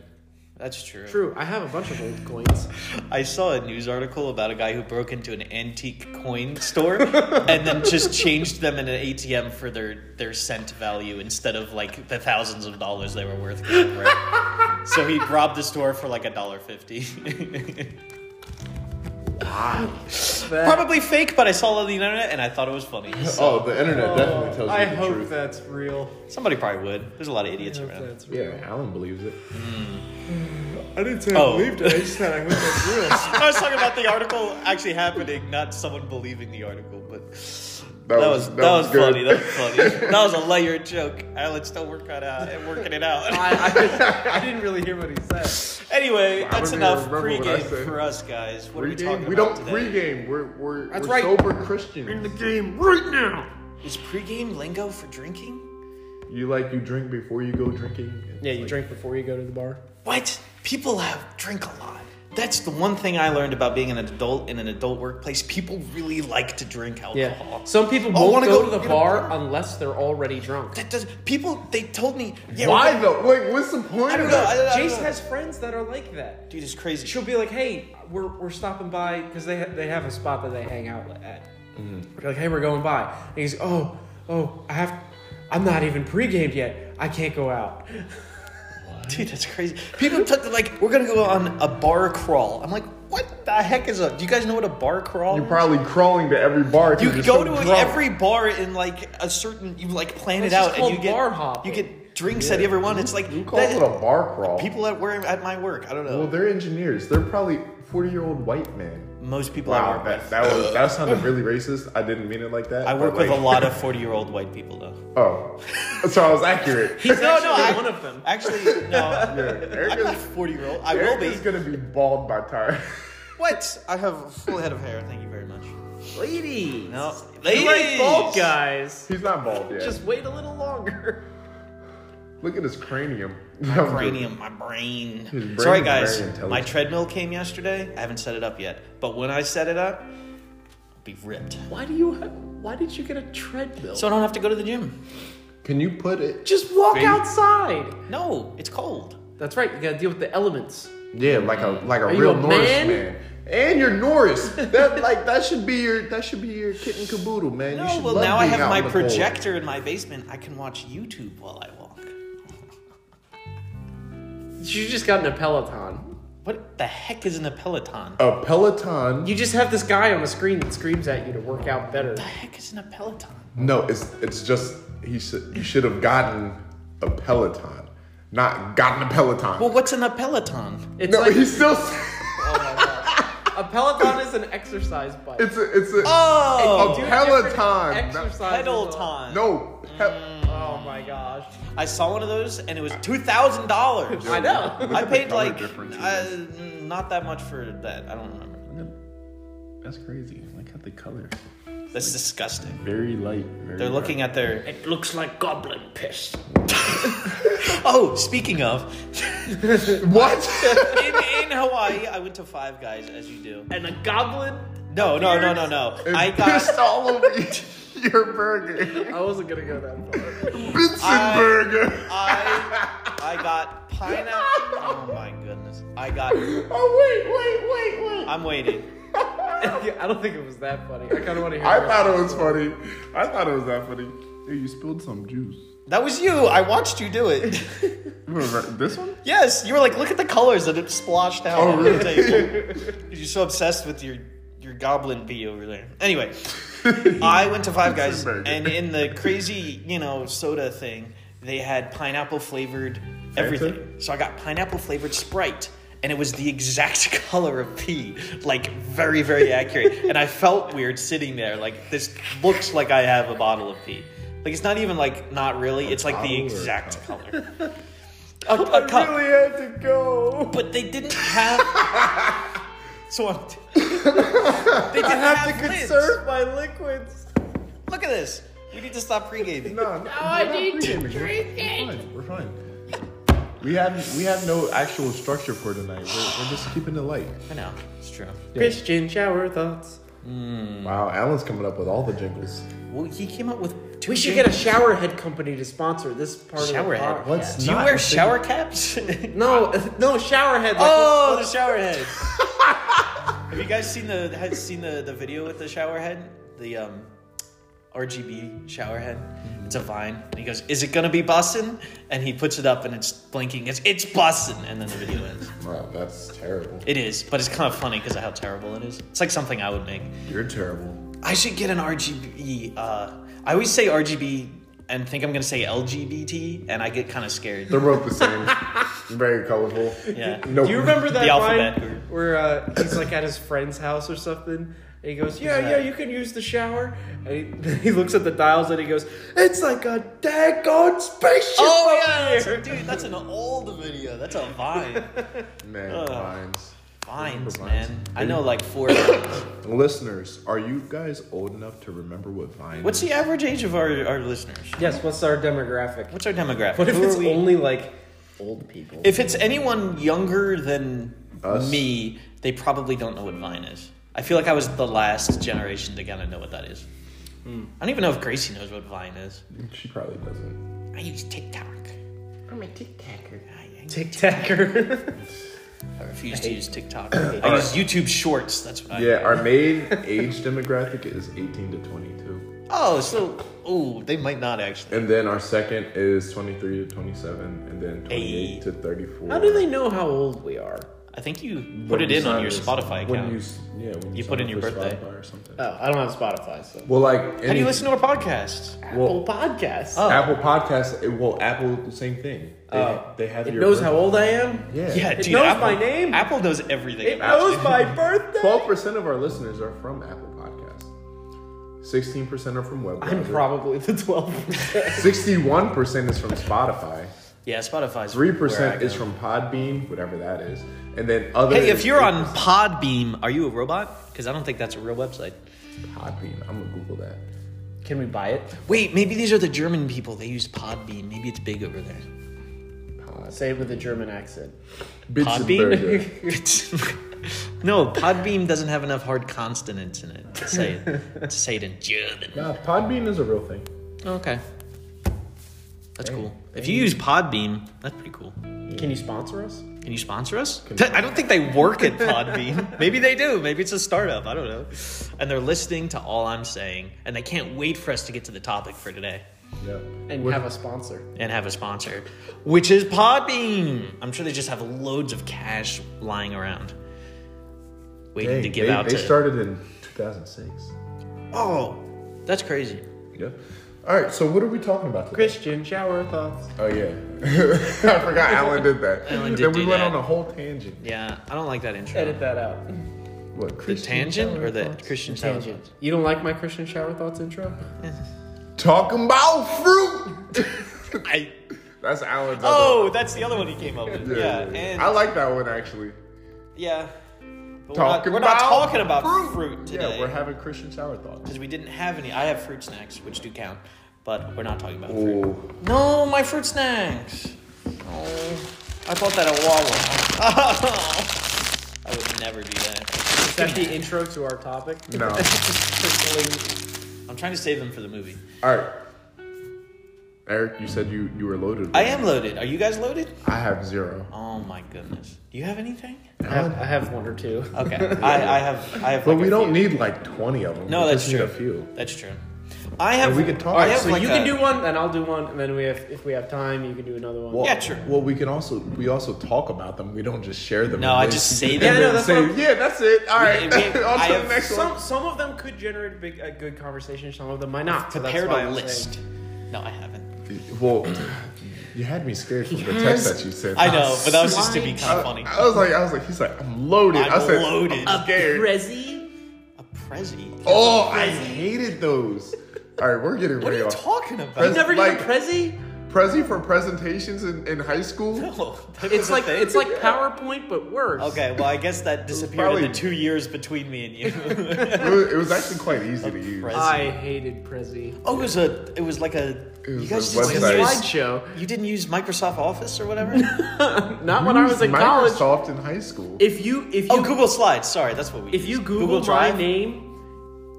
S1: That's true.
S3: True. I have a bunch of old coins.
S1: I saw a news article about a guy who broke into an antique coin store and then just changed them in an ATM for their, their cent value instead of like the thousands of dollars they were worth. Going right. so he robbed the store for like a dollar fifty.
S3: That-
S1: Probably fake, but I saw it on the internet and I thought it was funny.
S2: oh, the internet definitely tells you
S3: I
S2: the
S3: hope
S2: truth.
S3: that's real.
S1: Somebody probably would. There's a lot of idiots
S3: I hope
S1: around.
S3: that's real.
S2: Yeah, Alan believes it. Hmm. I didn't say
S1: Oh. believed
S2: it. I just said I hope that's real.
S1: I was talking about the article actually happening, not someone believing the article, but that,
S2: That
S1: was,
S2: was-
S1: that,
S2: that
S1: was,
S2: was good.
S1: funny. That was funny. that was a layered joke. Alan's still working it out and working it out.
S3: I, I, I didn't really hear what he said.
S1: anyway,
S2: I
S1: that's
S2: don't even
S1: enough
S2: remember what I
S1: pregame
S2: said.
S1: for us guys. What are we talking
S2: Pre-game? We
S1: about
S2: don't
S1: today?
S2: pregame. We're we're,
S3: That's
S2: we're
S3: right.
S2: sober Christians.
S3: game right now.
S1: Is pregame lingo for drinking?
S2: You like you drink before you go drinking. It's
S3: Yeah, you
S2: like-
S3: drink before you go to the bar.
S1: What? People have drink a lot. That's the one thing I learned about being an adult in an adult workplace. People really like to drink alcohol.
S3: Yeah. Some people
S1: Oh,
S3: won't
S1: wanna
S3: go,
S1: go
S3: to the
S1: get a
S3: bar unless they're already drunk.
S1: That does people they told me yeah,
S2: Why though? Like, what's the point
S1: I don't
S2: of
S1: know.
S2: that?
S1: I, I don't
S3: Jace
S1: know.
S3: has friends that are like that.
S1: dude it's crazy.
S3: She'll be like, "Hey, we're, we're stopping by because they ha- they have a spot that they hang out at." We're like, "Hey, we're going by," and he's, "Oh, oh, I have, I'm not even pre-gamed yet. I can't go out."
S1: Dude, that's crazy. People took the, like, we're gonna go on a bar crawl. I'm like, what the heck is a? Do you guys know what a bar crawl?
S2: You're
S1: is?
S2: probably crawling to every bar. 'cause
S1: You
S2: you're
S1: go
S2: so
S1: to
S2: drunk.
S1: every bar in like a certain. You like plan
S3: That's
S1: it
S3: just
S1: out,
S3: called
S1: and you get
S3: bar hopping.
S1: you get drinks at everyone. It's like
S2: You call
S1: that-
S2: it a bar crawl.
S1: people at where at my work. I don't know.
S2: Well, they're engineers. They're probably forty-year-old white men.
S1: Most people I
S2: Wow,
S1: work
S2: that,
S1: with.
S2: that was that sounded really racist. I didn't mean it like that.
S1: I
S2: but,
S1: work with
S2: like-
S1: a lot of forty year old white people though.
S2: Oh, so I was accurate.
S3: He's
S1: No, no,
S3: actually
S1: I-
S3: one of them.
S1: Actually, no.
S2: Yeah, Eric
S1: I'm not
S2: is,
S1: forty year old. I will
S2: Eric
S1: be.
S2: is gonna be bald by time.
S1: What? I have a full head of hair. Thank you very much.
S3: Ladies,
S1: No,
S3: You like bald
S1: Ladies!
S3: guys.
S2: He's not bald yet.
S3: Just wait a little longer.
S2: Look at his cranium.
S1: cranium, my brain.
S2: His brain
S1: Sorry,
S2: is
S1: guys.
S2: very intelligent.
S1: My treadmill came yesterday. I haven't set it up yet, but when I set it up, it'll be ripped.
S3: Why do you? Have, why did you get a treadmill?
S1: So I don't have to go to the gym.
S2: Can you put it?
S3: just walk
S2: Babe.
S3: outside.
S1: No, it's cold.
S3: That's right. You gotta deal with the elements.
S2: Yeah, like a like a
S3: you
S2: real
S3: a
S2: Norris
S3: man?
S2: man? And you're Norris. That like that should be your that should be your kitten caboodle, man. you
S1: No,
S2: should
S1: well
S2: love
S1: now I
S2: being
S1: have
S2: out
S1: my
S2: in the cold.
S1: projector in my basement. I can watch YouTube while I walk.
S3: You just gotten a Peloton.
S1: What the heck is in a Peloton? What
S2: A Peloton.
S3: You just have this guy on the screen that screams at you to work out better.
S1: the heck is in a Peloton?
S2: No, it's it's just he should you should have gotten a Peloton, not gotten a Peloton.
S1: Well, what's in a Peloton?
S3: It's
S2: no,
S3: like
S2: he's still.
S3: a Peloton is an exercise bike.
S2: It's a it's a,
S1: Oh,
S2: a
S3: Two different
S2: Peloton. not-
S3: exercises.
S1: Peloton.
S2: No, pe-
S3: Oh my gosh.
S1: I saw one of those and it was two thousand dollars.
S3: I know.
S1: I paid
S2: Color
S1: like
S2: difference is-
S1: uh, not that much for that. I don't remember.
S2: that's crazy. Like how the color,
S1: That's disgusting.
S2: very light. Very
S1: They're looking at their
S4: It looks like goblin piss.
S1: Oh, speaking of, Mm,
S2: What?
S1: in, in Hawaii, I went to Five Guys, as you do.
S3: And a goblin?
S1: No, no, no, no, no. I
S2: pissed
S1: got.
S2: all over your burger,
S3: I wasn't gonna go that far.
S2: Vincent
S1: I-
S2: burger.
S1: I, I got pineapple. Oh my goodness! I got.
S2: oh wait, wait, wait, wait.
S1: I'm waiting.
S3: Yeah, I don't think it was that funny. I kind of want to hear.
S2: I
S3: the
S2: thought it was funny. I thought it was that funny. Hey, you spilled some juice.
S1: That was you. I watched you do it.
S2: You wanna write This one?
S1: Yes, you were like, look at the colors that it sploshed out
S2: Oh,
S1: on the
S2: really?
S1: table. You're so obsessed with your your goblin pee over there. Anyway, I went to Five Guys,
S2: Burger.
S1: and in the crazy, you know, soda thing, they had pineapple flavored everything. So I got pineapple flavored Sprite. And it was the exact color of pee, like very, very accurate. and I felt weird sitting there, like this looks like I have a bottle of pee. Like it's not even like not really. It's like the
S2: bottle or a
S1: exact color. A, a cup.
S2: really had to go.
S1: But they didn't have. so I'm. they didn't
S3: I
S1: have,
S3: have to
S1: lids.
S3: conserve my liquids.
S1: Look at this. We need to stop pre-gaming.
S2: No, no,
S4: I
S2: we're not
S4: need to
S2: pre-gaming.
S4: drink
S2: We're
S4: it.
S2: fine. We're fine. We have we have no actual structure for tonight. We're, we're just keeping it light.
S1: I know. It's true.
S3: Christian shower thoughts.
S2: Wow, Alan's coming up with all the jingles.
S1: Well, he came up with. Two
S3: We should get a shower head company to sponsor this part
S1: shower
S3: of the
S1: head.
S3: podcast.
S2: What's
S1: Do you
S2: not
S1: wear
S2: a thing?
S1: shower caps?
S3: No, no shower head. Like,
S1: oh, the shower head. have you guys seen the had seen the, the video with the shower head? The um, RGB shower head. It's a vine. And he goes, "Is it gonna be bussin'?" And he puts it up, and it's blinking. It's it's bussin', and then the video ends.
S2: Wow, that's terrible.
S1: It is, but it's kind of funny because of how terrible it is. It's like something I would make.
S2: You're terrible.
S1: I should get an RGB. Uh, I always say RGB and think I'm gonna say LGBT, and I get kind of scared.
S2: They're both the same. Very colorful.
S1: Yeah.
S2: No.
S3: Do you remember that
S1: The
S3: line
S1: alphabet.
S3: where uh, he's like at his friend's house or something? And he goes, "Yeah, yeah, you can use the shower." And he, he looks at the dials and he goes, "It's like a daggone spaceship."
S1: Oh
S3: up
S1: yeah, that's
S3: here."
S1: a- dude, that's an old video. That's a vine.
S2: Man, lines.
S1: Vines,
S2: Remember Vines.
S1: man. I know like four. Vines.
S2: Listeners, are you guys old enough to remember what Vine?
S1: What's
S2: is?
S1: the average age of our, our listeners?
S3: Yes. What's our demographic?
S1: What's our demographic?
S3: What if
S1: Who are
S3: it's
S1: we-
S3: only like?
S2: old people?
S1: If it's anyone younger than
S2: Us?
S1: me, they probably don't know what Vine is. I feel like I was the last generation to kind of know what that is.
S3: Hmm.
S1: I don't even know if Gracie knows what Vine is.
S2: She probably doesn't.
S1: I use TikTok.
S4: I'm a tic tacker.
S1: I,
S3: Tic Tacker.
S1: I refuse to use TikTok. I, use YouTube Shorts. That's what I.
S2: Yeah, our main age demographic is 18 to 22,
S1: Oh, so oh, they might not actually.
S2: and then our second is 23 to 27, and then 28
S1: Hey.
S2: to 34.
S3: How do they know how old we are?
S1: I think you
S2: When
S1: put it
S2: you
S1: in on
S2: sign
S1: your
S2: this-
S1: Spotify account.
S2: When you, s- yeah, when
S1: You
S2: sign
S1: put in
S2: up
S1: your
S2: for
S1: birthday.
S2: Spotify or something.
S3: Oh, I don't have Spotify, so.
S2: Well, like
S1: How do you listen to our podcast?
S2: Well,
S3: Apple Podcasts.
S1: Oh.
S2: Apple Podcasts. It, well, Apple the same thing. They,
S3: Oh.
S2: they have
S3: it
S2: your
S3: knows how old I am.
S2: Yeah.
S1: Yeah,
S2: It
S1: dude.
S3: knows
S1: Apple,
S3: my name.
S1: Apple knows everything.
S3: It
S1: about
S3: knows
S1: you.
S3: my birthday.
S2: Twelve percent of our listeners are from Apple Podcasts. Sixteen percent are from web.
S3: I'm probably the 12th.
S2: Sixty-one percent is from Spotify.
S1: Yeah, Spotify's
S2: Three
S1: where I
S2: percent is
S1: go.
S2: from Podbean, whatever that is, and then other.
S1: Hey, if
S2: is
S1: you're on
S2: 8%
S1: Podbeam, are you a robot? Because I don't think that's a real website.
S2: Podbean, I'm gonna Google that.
S3: Can we buy it?
S1: Wait, maybe these are the German people. They use Podbean. Maybe it's big over there.
S2: Pod.
S3: Say it with a German accent.
S2: Bitzenberger.
S1: no, Podbeam doesn't have enough hard consonants in it to say it, to say it in German.
S2: Nah, Podbean is a real thing.
S1: Okay, that's cool. If you use Podbeam, that's pretty cool.
S3: Can you sponsor us?
S1: Can you sponsor us? I don't think they work at Podbean. Maybe they do. Maybe it's a startup. I don't know. And they're listening to all I'm saying, and they can't wait for us to get to the topic for today.
S2: Yep.
S3: and
S2: With-
S3: have a sponsor.
S1: and have a sponsor, which is Podbean. I'm sure they just have loads of cash lying around, waiting
S2: Dang,
S1: to give
S2: they,
S1: out
S2: They
S1: to.
S2: started in 2006.
S1: oh, that's crazy.
S2: Yeah. All right. So what are we talking about today?
S3: Christian shower thoughts.
S2: Oh yeah. I forgot Alan did that.
S1: Alan did
S2: then we
S1: do
S2: went
S1: that.
S2: on a whole tangent.
S1: Yeah, I don't like that intro.
S3: Edit that out.
S2: What
S1: The
S2: Christian?
S1: tangent or the Christian tangent?
S3: Tangent. You don't like my Christian shower thoughts intro?
S2: Talking about fruit.
S1: I,
S2: That's Alan's.
S1: oh, that's the other one he came up with.
S2: other one.
S1: Yeah, and
S2: I like that one actually.
S1: yeah. But
S2: Talking
S1: we're not,
S2: about
S1: we're not talking about fruit,
S2: Yeah, we're
S1: today
S2: having Christian shower thoughts.
S1: because we didn't have any. I have fruit snacks, which do count, but we're not talking about fruit.
S2: Ooh.
S1: No, my fruit snacks. Oh, I bought that at Wawa. I would never do that.
S3: Is that the intro to our topic?
S2: No.
S1: I'm trying to save them for the movie.
S2: All right. Eric, you said you you were loaded.
S1: I am loaded. Are you guys loaded?
S2: I have zero.
S1: Oh my goodness. Do you have anything?
S3: I have, I have one or two.
S1: Okay. I, I have. I have.
S2: But
S1: like
S2: we
S1: a
S2: don't
S1: few.
S2: need like twenty of them.
S1: No,
S2: we
S1: that's
S2: just need
S1: true.
S2: a few.
S1: That's true. I have.
S2: we could talk.
S1: I
S2: Alright,
S1: have
S3: So
S1: like
S3: you can
S1: a-
S3: do one, and I'll do one, and then we have, if we have time, you can do another one.
S1: Yeah, sure.
S2: Well, we can also we also talk about them. We don't just share them.
S1: No,
S2: and
S1: I
S2: then-
S1: just say
S2: and
S1: them.
S2: then
S1: Yeah, no,
S3: that's
S2: say,
S3: what I'm-
S2: yeah, that's it. All right,
S1: we- we-
S2: on
S1: I
S2: to the
S1: have
S2: next
S3: Some
S2: one.
S3: some of them could generate a, big, a good conversation. Some of them might not. So that's
S1: Prepared
S3: why
S1: a
S3: I'm
S1: list.
S3: saying-
S1: No, I haven't.
S2: Well, you had me scared from the text that you sent.
S1: I know, but that was just to be
S3: slide.
S1: kind of funny.
S3: uh,
S2: I was like, I was like, he's like, I'm loaded.
S1: I'm
S2: I said,
S1: loaded.
S2: I'm scared.
S1: A prezi.
S2: oh, I hated those. All right, we're getting
S1: What are
S2: real.
S1: you talking about?
S2: Prezi-
S3: You never
S2: Like-
S3: did a Prezi?
S2: Prezi for presentations in, in high school.
S1: No, that was
S3: It's
S1: a
S3: like
S1: thing.
S3: it's like PowerPoint, but worse.
S1: Okay, well, I guess that disappeared in
S2: probably-
S1: the two years between me and you.
S2: It, was, it was actually quite easy to use.
S1: Prezi.
S3: I hated Prezi.
S1: oh, it was a. It was like a.
S2: was
S1: you guys
S2: a
S1: just didn't
S2: website.
S1: use-
S3: Slideshow.
S1: You didn't use Microsoft Office or whatever.
S3: Not when I was in college.
S2: Microsoft in high school.
S3: If you if you
S1: oh, Google Slides. Sorry, that's what we.
S3: if you
S1: used.
S3: Google, my name,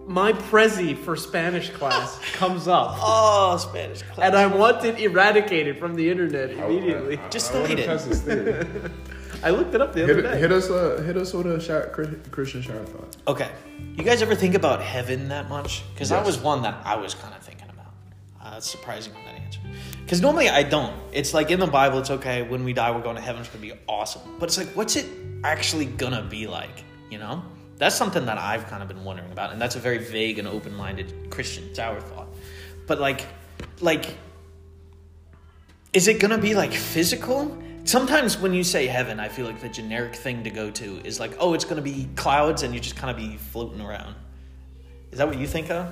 S3: my Prezi for Spanish class comes up,
S1: Oh, Spanish. class.
S3: and I want it eradicated from the internet immediately.
S1: Just
S2: I wanna
S1: delete it.
S2: test this theory.
S3: I looked it up the other
S2: hit,
S3: day.
S2: hit us, uh, hit us with a shot, Christian shower thought.
S1: Okay. You guys ever think about heaven that much? Because that
S2: Yes.
S1: was one that I was kind of thinking about. Uh, it's surprising on that answer. Because normally I don't. It's like in the Bible, it's okay, when we die, we're going to heaven, it's going to be awesome. But it's like, what's it actually going to be like? You know? That's something that I've kind of been wondering about. And that's a very vague and open minded Christian sour thought. But like, like, is it gonna be like physical? Sometimes when you say heaven, I feel like the generic thing to go to is like, oh, it's gonna be clouds and you just kind of be floating around. Is that what you think of?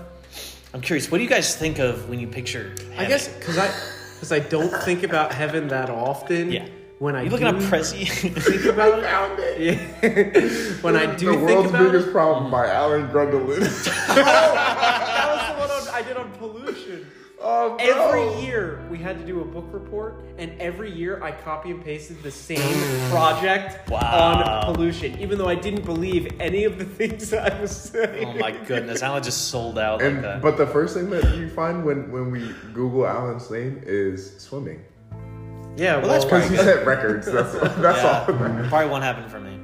S1: I'm curious. What do you guys think of when you picture? Heaven?
S3: I guess because I because I don't think about heaven that often.
S1: Yeah.
S3: When I
S1: you looking at
S3: do
S1: Prezi.
S3: think about it,
S2: Found it.
S3: yeah. when I do
S2: the
S3: think
S2: world's
S3: about
S2: biggest
S3: it,
S2: problem by Alan Grundlin.
S3: that was the one on, I did on pollution.
S2: oh,
S3: Every year we had to do a book report, and every year I copy and pasted the same project
S1: Wow.
S3: on pollution, even though I didn't believe any of the things I was saying.
S1: oh my goodness, Alan just sold out like
S2: And
S1: that.
S2: but the first thing that you find when when we Google Alan's name is swimming
S3: Yeah, well,
S1: that's
S2: because he set records. That's that's
S1: yeah, probably won't happen for me.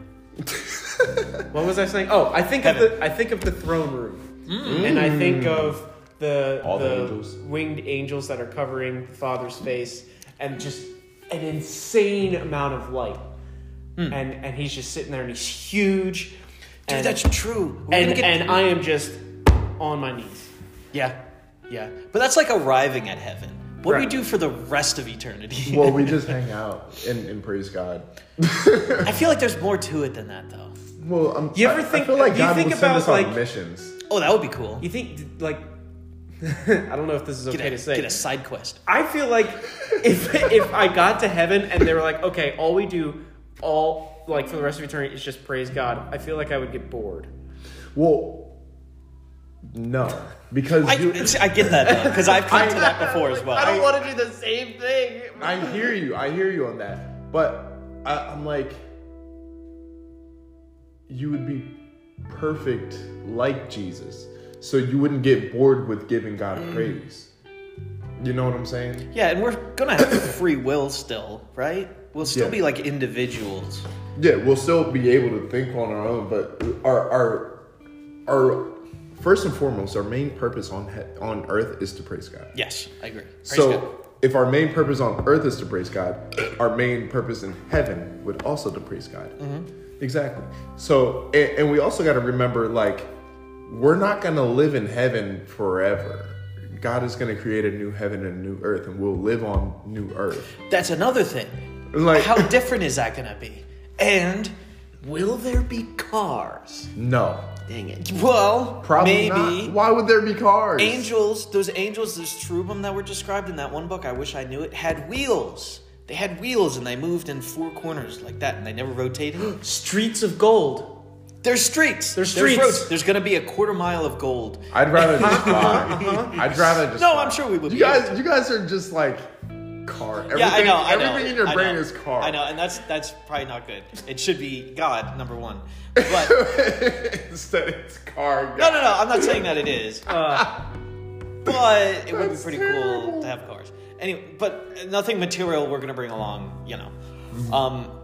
S3: what was I saying? Oh, I think
S1: Heaven. Hmm.
S3: of the I think of the throne room, and I think of the
S2: All the
S3: the
S2: angels.
S3: winged angels that are covering the Father's face, and just an insane amount of light, and and he's just sitting there, and he's huge,
S1: Hmm. Dude,
S3: and
S1: that's true. We're
S3: and,
S1: gonna get-
S3: and I am just on my knees.
S1: yeah, yeah. But that's like arriving at heaven. What do we
S3: Right.
S1: do for the rest of eternity?
S2: all. well, we just hang out and, and praise God.
S1: I feel like there's more to it than that, though.
S2: Well, I'm,
S3: You ever
S2: I- I
S3: think-
S2: feel like
S3: you
S2: God
S3: think
S2: will
S3: about,
S2: send us on
S3: like-
S2: missions.
S1: Oh, that would be cool.
S3: You think like I don't know if this is okay
S1: Get a,
S3: to say.
S1: get a side quest.
S3: I feel like if if I got to heaven and they were like, okay, all we do all like for the rest of eternity is just praise God. I feel like I would get bored.
S2: Well, no, because
S1: I,
S2: you,
S1: it's- I get that though, because I've come to that before as well.
S3: I don't want to do the same thing.
S2: I hear you. I hear you on that. But I, I'm like, you would be perfect like Jesus. So you wouldn't get bored with giving God praise. You know what I'm saying?
S1: yeah, and we're gonna have free will still, right? We'll still
S2: Yeah.
S1: be like individuals.
S2: Yeah, we'll still be able to think on our own, but our our our first and foremost, our main purpose on he- on earth is to praise God.
S1: Yes, I agree. Praise
S2: so,
S1: God.
S2: if our main purpose on earth is to praise God, our main purpose in heaven would also to praise God.
S1: Mm-hmm.
S2: Exactly. So, and, and we also got to remember, like, we're not going to live in heaven forever. God is going to create a new heaven and a new earth, and we'll live on new earth.
S1: that's another thing.
S2: Like-
S1: how different is that gonna be? And will there be cars?
S2: No,
S4: Dang it.
S1: Well,
S2: probably
S1: maybe.
S2: not. Why would there be cars?
S1: Angels, those angels, those cherubim that were described in that one book, I wish I knew it, had wheels. They had wheels and they moved in four corners like that and they never rotated.
S3: Streets of gold.
S1: There's streets.
S3: There's
S1: There's
S3: streets.
S1: roads. There's gonna be a quarter mile of gold.
S2: I'd rather just fly. I'd rather just.
S1: Uh-huh. No,
S2: fly.
S1: I'm sure we would
S2: You
S1: be
S2: guys, you guys are just like car. Everything,
S1: yeah, I know. I know.
S2: Everything in your
S1: I
S2: brain
S1: know.
S2: is car.
S1: I know, and that's that's probably not good. It should be God number one. But no,
S2: Instead, it's car.
S1: no, no. I'm not saying that it is. but it would be
S2: That's
S1: pretty cool
S2: terrible.
S1: to have cars. Anyway, but nothing material we're gonna bring along, you know. Um,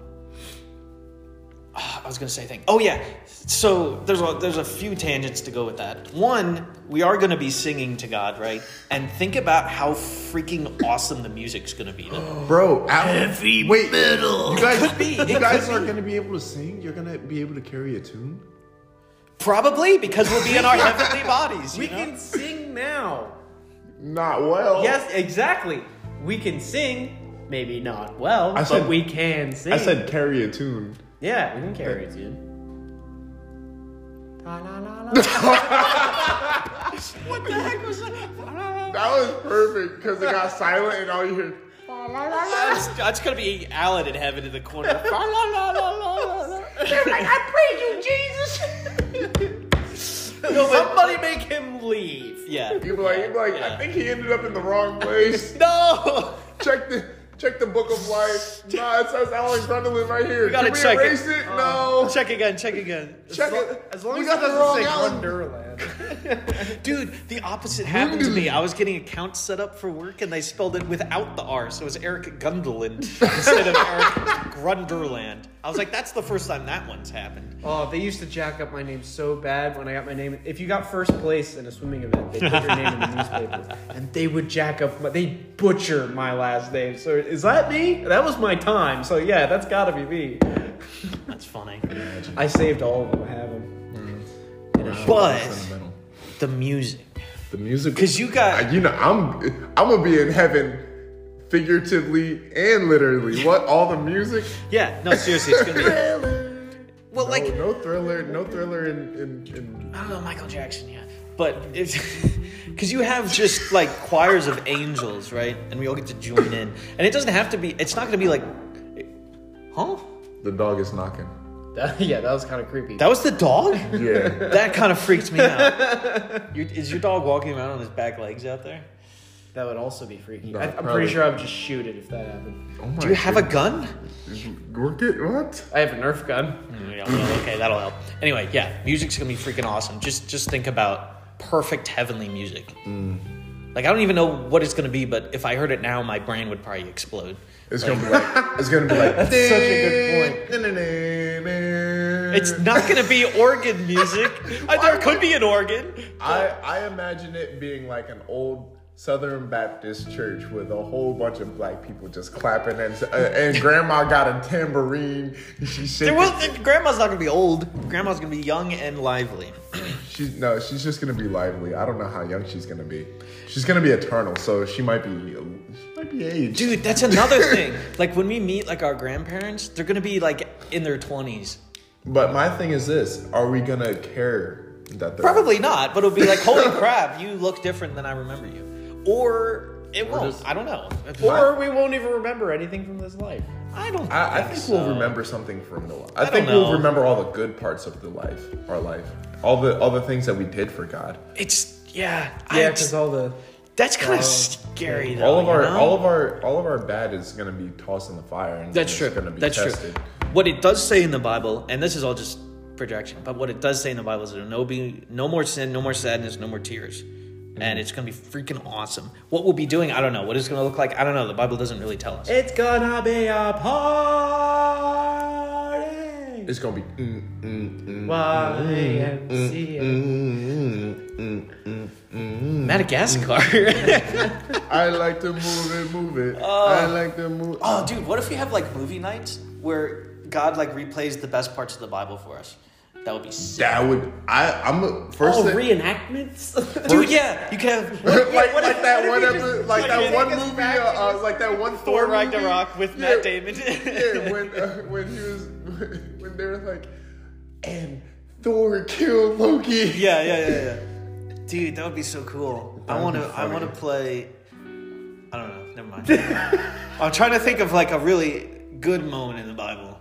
S1: I was gonna say a thing. Oh yeah, so there's a there's a few tangents to go with that. One, we are gonna be singing to God, right? And think about how freaking awesome the music's gonna be.
S2: Bro, out. heavy wait,
S4: metal.
S2: You guys,
S1: Could be, it
S2: you guys
S1: could
S2: aren't
S1: be.
S2: gonna be able to sing. You're gonna be able to carry a tune.
S1: Probably because we'll be in our heavenly bodies.
S3: We
S1: You know?
S3: can sing now.
S2: Not well.
S3: Yes, exactly. We can sing. Maybe not well,
S2: I said-
S3: but we can sing.
S2: I said carry a tune.
S3: yeah, we can carry it, dude. La, la, la, la.
S1: What the heck was that?
S2: That was perfect because it got silent and all you hear.
S1: That's, that's gonna be Alan in heaven in the corner.
S3: Somebody make him leave.
S1: Yeah.
S2: You'd be like, you'd be like I think he ended up in the wrong place.
S1: No.
S2: check the check the book of life. Nah, it says Alan Grundlin right here.
S1: gotta
S2: Can we
S1: check it.
S2: erase it? no.
S1: Oh, Check again. Check again.
S2: Check
S3: Oh. As lo-
S2: it.
S3: As long
S2: we
S3: as
S2: got
S3: it
S2: the wrong
S3: doesn't say
S2: Alan.
S3: Wonderland.
S1: Dude, the opposite happened to me. I was getting accounts set up for work, and they spelled it without the R, so it was Eric Gunderland instead of Eric Grunderland. I was like, that's the first time that one's happened.
S3: Oh, they used to jack up my name so bad when I got my name. If you got first place in a swimming event, they put your name in the newspaper, and they would jack up. My, they butcher my last name. So is that me? That was my time. So yeah, that's gotta be me.
S1: That's funny.
S3: I saved all of them. I have them.
S1: But the music.
S2: the music,
S1: 'Cause you got-
S2: Uh, you know, I'm I'm gonna be in heaven, figuratively and literally. What all the music?
S1: Yeah, no, seriously, it's gonna be.
S2: Thriller.
S1: Well,
S2: No,
S1: like,
S2: no thriller, no thriller in, in, in
S1: I don't know Michael Jackson yet, but if because you have just like choirs of angels, right? And we all get to join in, and it doesn't have to be. It's not going to be like, huh?
S2: the dog is knocking.
S3: That- yeah, that was kind of creepy.
S1: That was the dog.
S2: Yeah.
S1: That kind of freaked me out. You, is your dog walking around on his back legs out there?
S3: That would also be freaky.
S2: No,
S3: I, I'm
S2: probably.
S3: pretty sure I would just shoot it if that happened.
S2: oh my
S1: Do you have a gun?
S2: We're getting what?
S3: I have a Nerf gun.
S1: Mm, yeah, well, okay, that'll help. Anyway, yeah, music's gonna be freaking awesome. Just just think about perfect heavenly music. Like I don't even know what it's gonna be, but if I heard it now, my brain would probably explode.
S2: It's gonna be like it's gonna be like that's
S3: such a
S2: good point.
S1: It's not going to be organ music. Uh, there could be an organ.
S2: I, I imagine it being like an old Southern Baptist church with a whole bunch of black people just clapping, and uh, and grandma got a tambourine. She's
S1: There
S2: shaking.
S1: will, uh, grandma's not going to be old. Grandma's going to be young and lively.
S2: she's no, she's just gonna be lively. I don't know how young she's gonna be. She's gonna be eternal, so she might be she might be aged.
S1: Dude, that's another thing. Like when we meet like our grandparents, they're going to be like in their 20s.
S2: But my thing is this: Are we gonna care that they're
S1: Probably not, but it'll be like, holy crap, you look different than I remember you. Or it won't.
S2: just-
S1: I don't know.
S3: Or we won't even remember anything from this life.
S1: I don't think
S2: I, I think
S1: so.
S2: we'll remember something from the life. I,
S1: don't
S2: think
S1: know.
S2: we'll remember all the good parts of the life, our life, all the all the things that we did for God.
S1: It's, yeah. Oh. I
S3: Yeah,
S1: just-
S3: because all the
S1: that's kind of scary though.
S2: all of
S1: you
S2: our
S1: know?
S2: all of our all of our bad is gonna be tossed in the fire and
S1: That's
S2: it's
S1: true.
S2: gonna be
S1: That's
S2: tested.
S1: true. What it does say in the Bible, and this is all just projection, but what it does say in the Bible is there no be no more sin, no more sadness, no more tears. And it's gonna be freaking awesome. What we'll be doing, I don't know. What it's gonna look like, I don't know. The Bible doesn't really tell us.
S3: It's gonna be a party.
S2: It's gonna be mm, mm, mm,
S3: Y M C A.
S2: mm, mm,
S1: Madagascar.
S2: I like to move it, move it. I like to move.
S1: oh, dude, what if we have like movie nights where God like replays the best parts of the Bible for us? That would be sick.
S2: That would I. I'm a, first.
S3: Oh,
S2: thing,
S3: reenactments?
S1: Dude, yeah, you could have. What, yeah,
S2: like,
S1: what
S2: like
S1: if-
S2: that
S1: what
S2: one
S1: if you just-
S2: episode,
S1: what
S2: like
S1: if
S2: that
S1: you
S2: one
S1: take us
S2: movie,
S1: back
S2: uh,
S1: and
S2: uh,
S1: just-
S2: like that one Thor,
S1: Thor
S2: movie.
S1: Ragnarok with Matt Damon.
S2: yeah, when uh, when he was when they were like, and Thor killed Loki.
S1: Yeah, yeah, yeah, yeah. Dude, that would be so cool. I
S2: would
S1: want
S2: be
S1: to. I
S2: funny.
S1: want to play. I don't know. Never mind. I'm trying to think of like a really good moment in the Bible.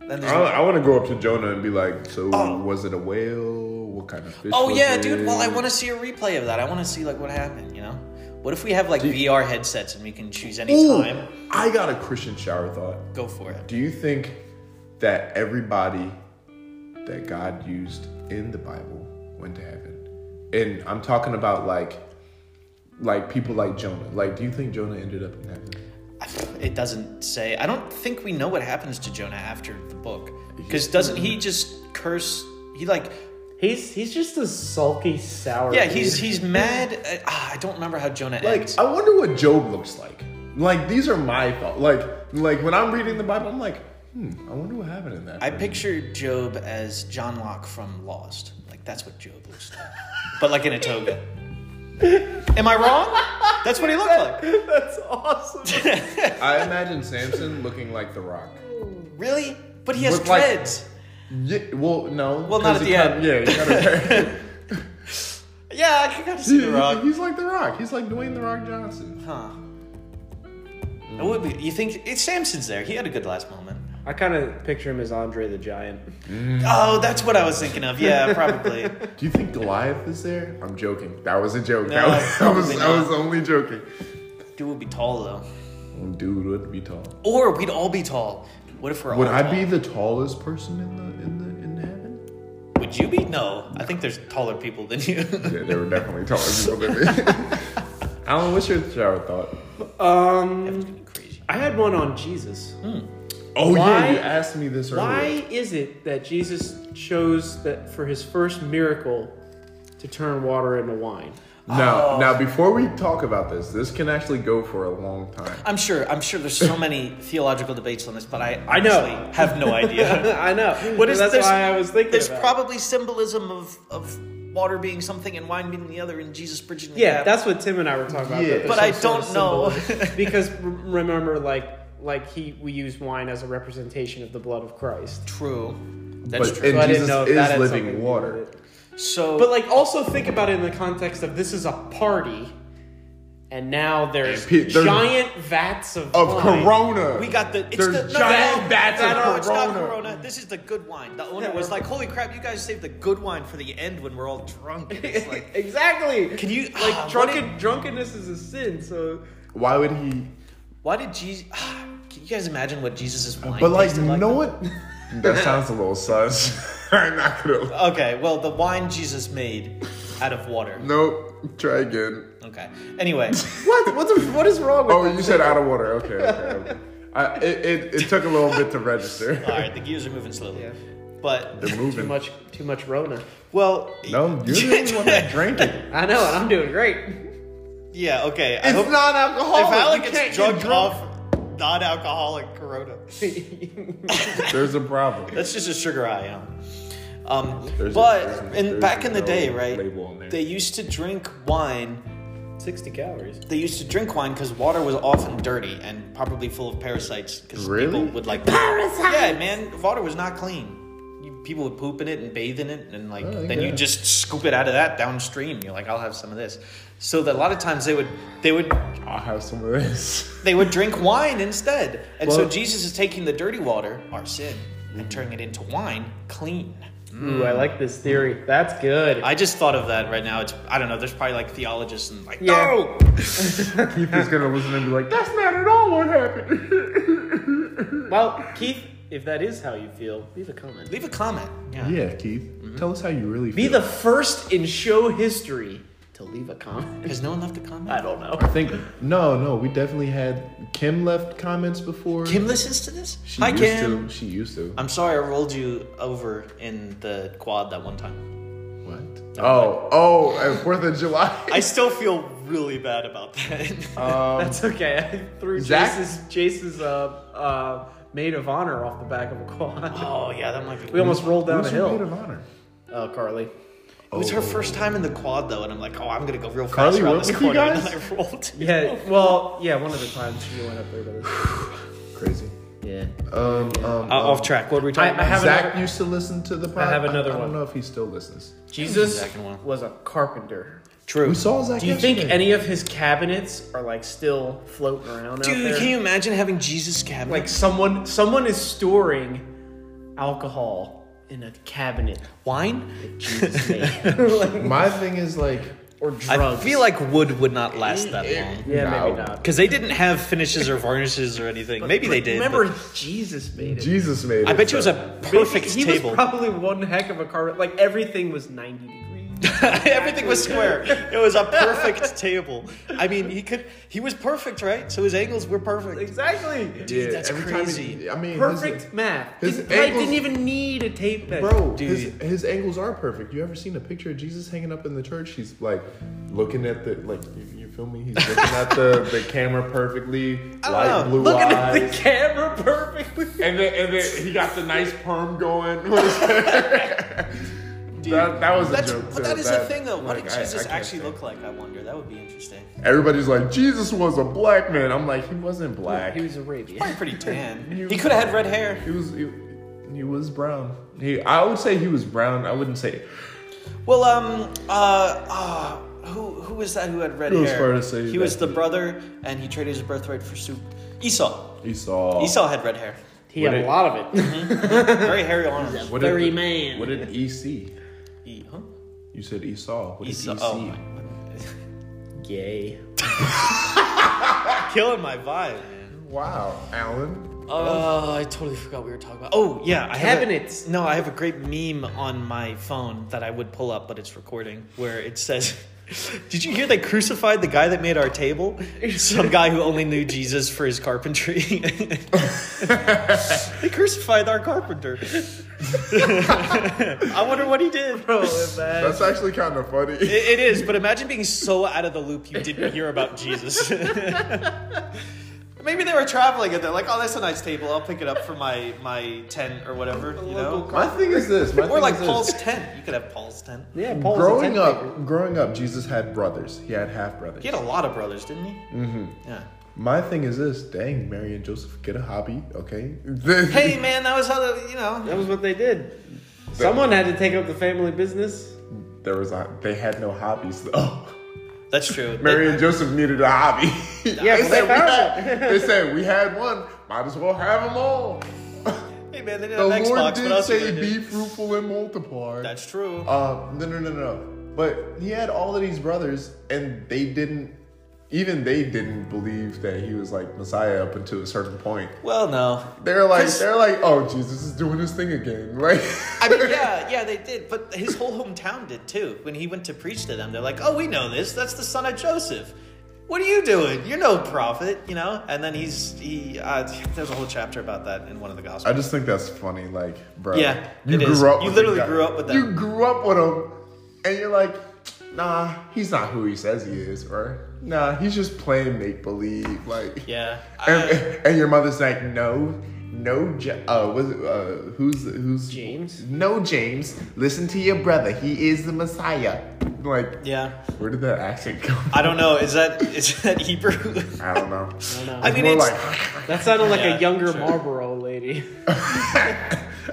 S1: Then there's-
S2: Oh, I, want to go up to Jonah and be like, so
S1: Oh.
S2: was it a whale? What kind of fish?
S1: oh
S2: was
S1: yeah,
S2: it?
S1: dude. Well, I want to see a replay of that. I want to see like what happened. You know. What if we have like VR headsets and we can choose any
S2: Ooh,
S1: time?
S2: I got a Christian shower thought.
S1: Go for it.
S2: Do you think that everybody that God used in the Bible went to heaven? And I'm talking about like like people like Jonah. Like do you think Jonah ended up in heaven?
S1: It doesn't say. I don't think we know what happens to Jonah after the book, because doesn't he
S2: Mm.
S1: just curse? He like
S3: he's he's just a sulky sour.
S1: yeah, he's he's mad. Uh, ah, I don't remember how Jonah ends.
S2: Like I wonder what Job looks like. Like these are my thoughts. Like like when I'm reading the Bible, I'm like, hmm, I wonder what happened in that.
S1: I picture Job as John Locke from Lost. Like that's what Job looks like, but like in a toga. Am I wrong? That's what he looked like.
S3: That's awesome.
S2: I imagine Samson looking like the rock.
S1: Really? But he has
S2: With, like-
S1: dreads.
S2: Yeah, well, no.
S1: Well, not
S2: 'cause
S1: at
S2: he
S1: the
S2: cut-
S1: end.
S2: Yeah, he cut a-
S1: yeah, I can kind of see the rock.
S2: He's like the rock. He's like Dwayne the Rock Johnson.
S1: Huh? It would be. You think it's Samson's there? He had a good last moment.
S3: I kind of picture him as Andre the Giant.
S1: Oh, that's what I was thinking of. Yeah, probably.
S2: Do you think Goliath is there? I'm joking. That was a joke.
S1: No,
S2: that was, I, was,
S1: probably
S2: I
S1: not.
S2: was only joking.
S1: Dude would be tall though.
S2: Dude would be tall.
S1: Or we'd all be tall. What if we're
S2: Would
S1: all
S2: I
S1: tall?
S2: be the tallest person in the in the in heaven?
S1: Would you be? No, I think there's taller people than you.
S2: Yeah, there were definitely taller people than me. Alan, what's your shower thought?
S3: Um,
S1: Crazy.
S3: I had one on Jesus.
S1: Hmm.
S2: Oh yeah,
S3: Why-
S2: you asked me this earlier.
S3: Why is it that Jesus chose that for his first miracle to turn water into wine?
S2: Now,
S1: Oh.
S2: now before we talk about this, this can actually go for a long time.
S1: I'm sure. I'm sure there's so many theological debates on this, but I
S3: I know.
S1: honestly have no idea.
S3: I know.
S1: What is
S3: Hmm, that's
S1: there's-
S3: why I was thinking.
S1: There's
S3: about it.
S1: probably symbolism of of water being something and wine being the other, and Jesus bridging the
S3: Yeah,
S1: gap.
S3: that's what Tim and I were talking about.
S2: Yeah.
S3: that there's
S1: But I
S3: some
S1: don't
S3: sort of
S1: know.
S3: symbolism. because r- remember, like, like he, we use wine as a representation of the blood of Christ.
S1: true. That's
S2: But
S1: true.
S2: and
S3: So I didn't
S2: Jesus
S3: know if that
S2: is
S3: had something to
S2: living
S3: do
S2: water.
S3: with it.
S1: So,
S3: But like, also think about it in the context of this is a party, and now there's
S2: And pe- there's-
S3: giant vats of
S2: Of
S3: wine.
S2: Corona.
S1: we got the. It's
S2: There's
S1: the no,
S2: giant
S1: no,
S2: bats
S1: no,
S2: of
S1: no, it's not
S2: Corona.
S1: Corona. This is the good wine. The owner
S3: Yeah,
S1: was
S3: we're-
S1: like, "Holy crap, you guys saved the good wine for the end when we're all drunk." And it's like,
S3: exactly.
S1: Can you-
S3: like
S1: ah, what
S3: drunken drunkenness is a sin? So
S2: Why would he
S1: why did Jesus? Can you guys imagine what Jesus' wine?
S2: But like,
S1: tasted
S2: you
S1: like
S2: know what? That sounds a little sus. I'm not gonna.
S1: Okay, well, the wine Jesus made out of water.
S2: Nope. Try again.
S1: Okay. Anyway,
S3: what? What's what is wrong with?
S2: Oh, you said out of water. Okay. Okay. okay. I, it, it, it took a little bit to register.
S1: all right, the gears are moving slowly.
S3: Yeah.
S1: But
S2: They're
S3: too
S2: moving.
S3: much? Too much Rona.
S1: well,
S2: No, you're the only one that drank it.
S3: I know, and I'm doing great.
S1: yeah, okay. I hope
S2: It's not
S1: if
S2: alcoholic.
S1: Alec
S2: you
S1: gets
S2: can't
S1: drunk
S2: get drunk
S1: off non-alcoholic Corona,
S2: There's a problem.
S1: that's just a sugar I am. Um,
S2: There's a- there's
S1: but
S2: a-
S1: in
S2: there's
S1: back in the
S2: no
S1: day, right?
S2: label on there.
S1: They used to drink wine
S3: Sixty calories.
S1: they used to drink wine because water was often dirty and probably full of parasites. Because
S2: Really?
S1: people would like parasites. Yeah, man, water was not clean. You, people would poop in it and bathe in it, and like
S2: Oh,
S1: then you
S2: yeah.
S1: just scoop it out of that downstream. You're like, I'll have some of this. So that a lot of times they would they would
S2: I'll have some of this.
S1: they would drink wine instead. And so
S2: Well- Mm-hmm.
S1: Jesus is taking the dirty water, our sin, and turning it into wine, clean.
S3: Ooh, I like this theory. That's good.
S1: I just thought of that right now. It's I don't know. There's probably like theologists and like
S3: Yeah.
S1: no.
S2: Keith is gonna listen and be like, "That's not at all what happened."
S3: well, Keith, if that is how you feel, leave a comment.
S1: Leave a comment. Yeah.
S2: yeah, Keith. Tell us how you really
S3: Be
S2: feel.
S3: the first in show history to leave a comment.
S1: Has no one left a comment?
S3: I don't know.
S2: I think no, no. We definitely had Kim left comments before.
S1: Kim listens to this?
S2: She used to. She used to.
S1: I'm sorry I rolled you over in the quad that one time.
S2: What? Oh, oh, uh, Fourth of July.
S5: I still feel really bad about that.
S3: Um, That's okay. I threw
S2: Zach-
S3: Jace's Jace's uh, uh, maid of honor off the back of a quad.
S5: oh yeah, that might be.
S3: We almost rolled down
S2: Who's
S3: a
S2: your maid of
S3: hill.
S2: honor?
S3: Oh, Carly.
S5: It was
S3: Oh.
S5: her first time in the quad though, and I'm like, oh, I'm gonna go real fast
S2: Carly
S5: around
S2: went
S5: this
S2: with you
S5: corner, and
S2: guys?
S5: then I rolled.
S3: Yeah. Well, yeah. One of the times she went up there, but
S2: Crazy.
S3: yeah.
S2: Um, um,
S1: Uh, off track. What were we talking
S3: I
S1: about?
S3: have
S2: Zach
S3: another-
S2: used to listen to the podcast.
S3: have another
S2: I, don't
S3: one.
S2: know if he still listens.
S3: Jesus
S1: Second one.
S3: was a carpenter.
S1: True.
S2: We saw Zach.
S3: Do you think
S2: yesterday.
S3: any of his cabinets are like still floating around out
S1: Dude,
S3: there?
S1: can you imagine having Jesus cabinet?
S3: like someone someone is storing alcohol in a cabinet
S1: wine?
S3: Jesus made.
S2: My thing is like,
S3: or drugs.
S1: I feel like wood would not last that long.
S2: No.
S3: yeah, maybe not.
S1: Because they didn't have finishes or varnishes or anything. Maybe they did.
S3: Remember,
S1: but
S3: Jesus made it.
S2: Jesus made it.
S1: I bet you it was
S2: so-
S1: a perfect
S3: he
S1: table.
S3: was probably one heck of a car. Like everything was ninety degrees.
S1: Everything was square. It was a perfect table. I mean, he could. He was perfect, right? So his angles were perfect.
S3: exactly.
S2: Yeah,
S1: that's
S2: every time he-
S1: crazy.
S2: I mean,
S3: Perfect
S2: his-
S3: math.
S2: his
S3: His like,
S2: ankles-
S3: didn't even need a tape measure.
S2: Bro,
S1: Dude.
S2: His, his angles are perfect. You ever seen a picture of Jesus hanging up in the church? He's like looking at the like. You, you feel me? He's looking at the, the camera perfectly. Light
S1: know.
S2: blue
S3: looking at
S2: eyes.
S3: the camera perfectly.
S2: and then and then he got the nice perm going. that, that was
S1: That's,
S2: a joke.
S1: but
S2: too.
S1: that is the thing, though. What
S2: like,
S1: did
S2: I- I
S1: Jesus
S2: can't
S1: actually
S2: say.
S1: look like? I wonder. That would be interesting.
S2: Everybody's like, Jesus was a black man. I'm like, he wasn't black.
S3: He was Arabian.
S1: Probably pretty tan.
S2: You-
S1: He could have had red hair.
S2: He was he, he was brown. He I would say he was brown. I wouldn't say
S1: Well, um, uh, uh who who was that who had red
S2: It was
S1: hair?
S2: hard to say
S1: he
S2: that.
S1: was the brother, and he traded his birthright for soup. Esau.
S2: Esau.
S1: Esau had red hair.
S3: He
S2: What
S3: had
S2: it-
S3: a lot of it.
S1: Very hairy arms.
S2: What
S4: Furry
S2: did,
S4: man.
S2: What did EC?
S1: E- huh?
S2: You said Esau. What E did
S1: Esau.
S2: EC?
S1: Oh, my.
S3: Gay.
S1: killing my vibe, man.
S2: Wow, Alan.
S1: Oh, I totally forgot we were talking about. Oh yeah, I have a-
S3: Cabinets.
S1: no, I have a great meme on my phone that I would pull up, but it's recording where it says. Did you hear they crucified the guy that made our table? Some guy who only knew Jesus for his carpentry. they crucified our carpenter. I wonder what he did.
S3: Bro, if that-
S2: That's actually kind of funny.
S1: It, it is, but imagine being so out of the loop you didn't hear about Jesus. Maybe they were traveling and they're like, "Oh, that's a nice table. I'll pick it up for my my tent or whatever." You know,
S2: My thing is this. My
S1: or
S2: thing
S1: like
S2: is this.
S1: Paul's tent. You could have Paul's tent.
S3: yeah, Paul's a
S2: growing
S3: tent
S2: up,
S3: maker.
S2: growing up, Jesus had brothers. He had half brothers.
S1: He had a lot of brothers, didn't he? Mm-hmm. Yeah.
S2: My thing is this: dang, Mary and Joseph get a hobby, okay?
S1: Hey, man, that was how the you know.
S3: That was what they did. Someone had to take up the family business.
S2: there was a, they had no hobbies though.
S1: That's true.
S2: Mary and Joseph needed a hobby.
S3: Yeah, but they
S2: said we
S3: found
S2: had,
S3: it."
S2: they said we had one. Might as well have them all.
S1: hey, man, they
S2: The
S1: didn't have
S2: Lord
S1: Xbox, but
S2: did
S1: else you
S2: say,
S1: gonna do?
S2: "Be fruitful and multiply."
S1: That's true.
S2: Uh, no, no, no, no. But he had all of these brothers, and they didn't. Even they didn't believe that he was like Messiah up until a certain point.
S1: well, no.
S2: They're like,
S1: 'Cause-
S2: they're like, oh, Jesus is doing his thing again. Like,
S1: I mean, yeah, yeah, they did, but his whole hometown did too. When he went to preach to them, they're like, "Oh, we know this. That's the son of Joseph. What are you doing? You're no prophet, you know." And then he's he. Uh, there's a whole chapter about that in one of the
S2: I
S1: gospels.
S2: just think that's funny. Like, bro,
S1: Yeah, it is. You
S2: the
S1: literally
S2: guy-
S1: grew up with that.
S2: You grew up with him, and you're like, nah, he's not who he says he is, or nah, he's just playing make believe. Like,
S1: yeah,
S2: and,
S1: I,
S2: and your mother's like, no, no, Ja- uh, was it, uh, who's who's
S3: James?
S2: No, James. Listen to your brother. He is the Messiah. Like,
S1: yeah.
S2: where did that accent come? From?
S1: I don't know. Is that is that Hebrew?
S2: I don't know.
S1: I mean,
S2: More
S1: it's
S2: like,
S3: That sounded like
S1: Yeah,
S3: a younger Marlboro lady.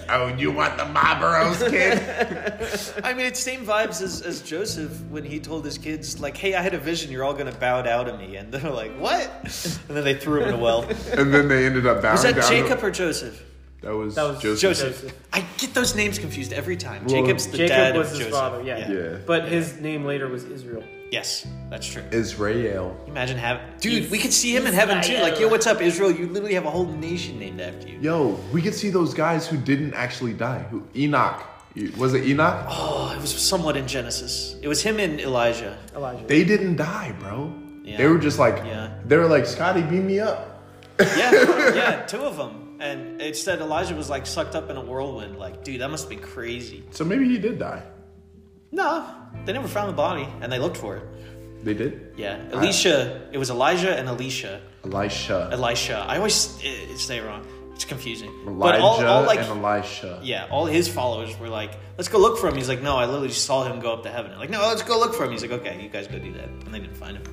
S2: oh, you want the Marlboros, kid?
S1: I mean, it's same vibes as, as Joseph when he told his kids, like, hey, I had a vision, you're all going to bow down to me. And they're like, what? And then they threw him in a well.
S2: and then they ended up bowing
S1: Was that
S2: down. to-
S1: Jacob or Joseph?
S2: That was,
S3: That was
S2: Joseph.
S1: Joseph.
S3: Joseph.
S1: I get those names confused every time.
S2: Well,
S1: Jacob's the
S3: Jacob
S1: dad
S3: was
S1: of
S3: his
S1: Joseph.
S3: father, yeah.
S2: Yeah.
S3: But his name later was Israel.
S1: Yes, that's true.
S2: Israel.
S1: Imagine having. Dude, we could see him in heaven too. Like, yo, what's up, Israel? You literally have a whole nation named after you.
S2: Yo, we could see those guys who didn't actually die. Who Enoch. Was it Enoch?
S1: Oh, it was somewhat in Genesis. It was him and Elijah.
S3: Elijah.
S2: They didn't die, bro.
S1: Yeah.
S2: They were just like
S1: Yeah.
S2: they were like, Scotty, beat me up.
S1: Yeah, yeah, two of them. And it said Elijah was like sucked up in a whirlwind. Like, dude, that must be crazy.
S2: So maybe he did die.
S1: No, they never found the body, and they looked for it.
S2: They did?
S1: Yeah, Alicia. It was Elijah and Alicia.
S2: Elisha.
S1: Elisha. I always eh, say it wrong. It's confusing.
S2: Elijah
S1: but all, all like
S2: and Elisha.
S1: yeah, all his followers were like, "Let's go look for him." He's like, "No, I literally just saw him go up to heaven." They're like, "No, let's go look for him." He's like, "Okay, you guys go do that," and they didn't find him.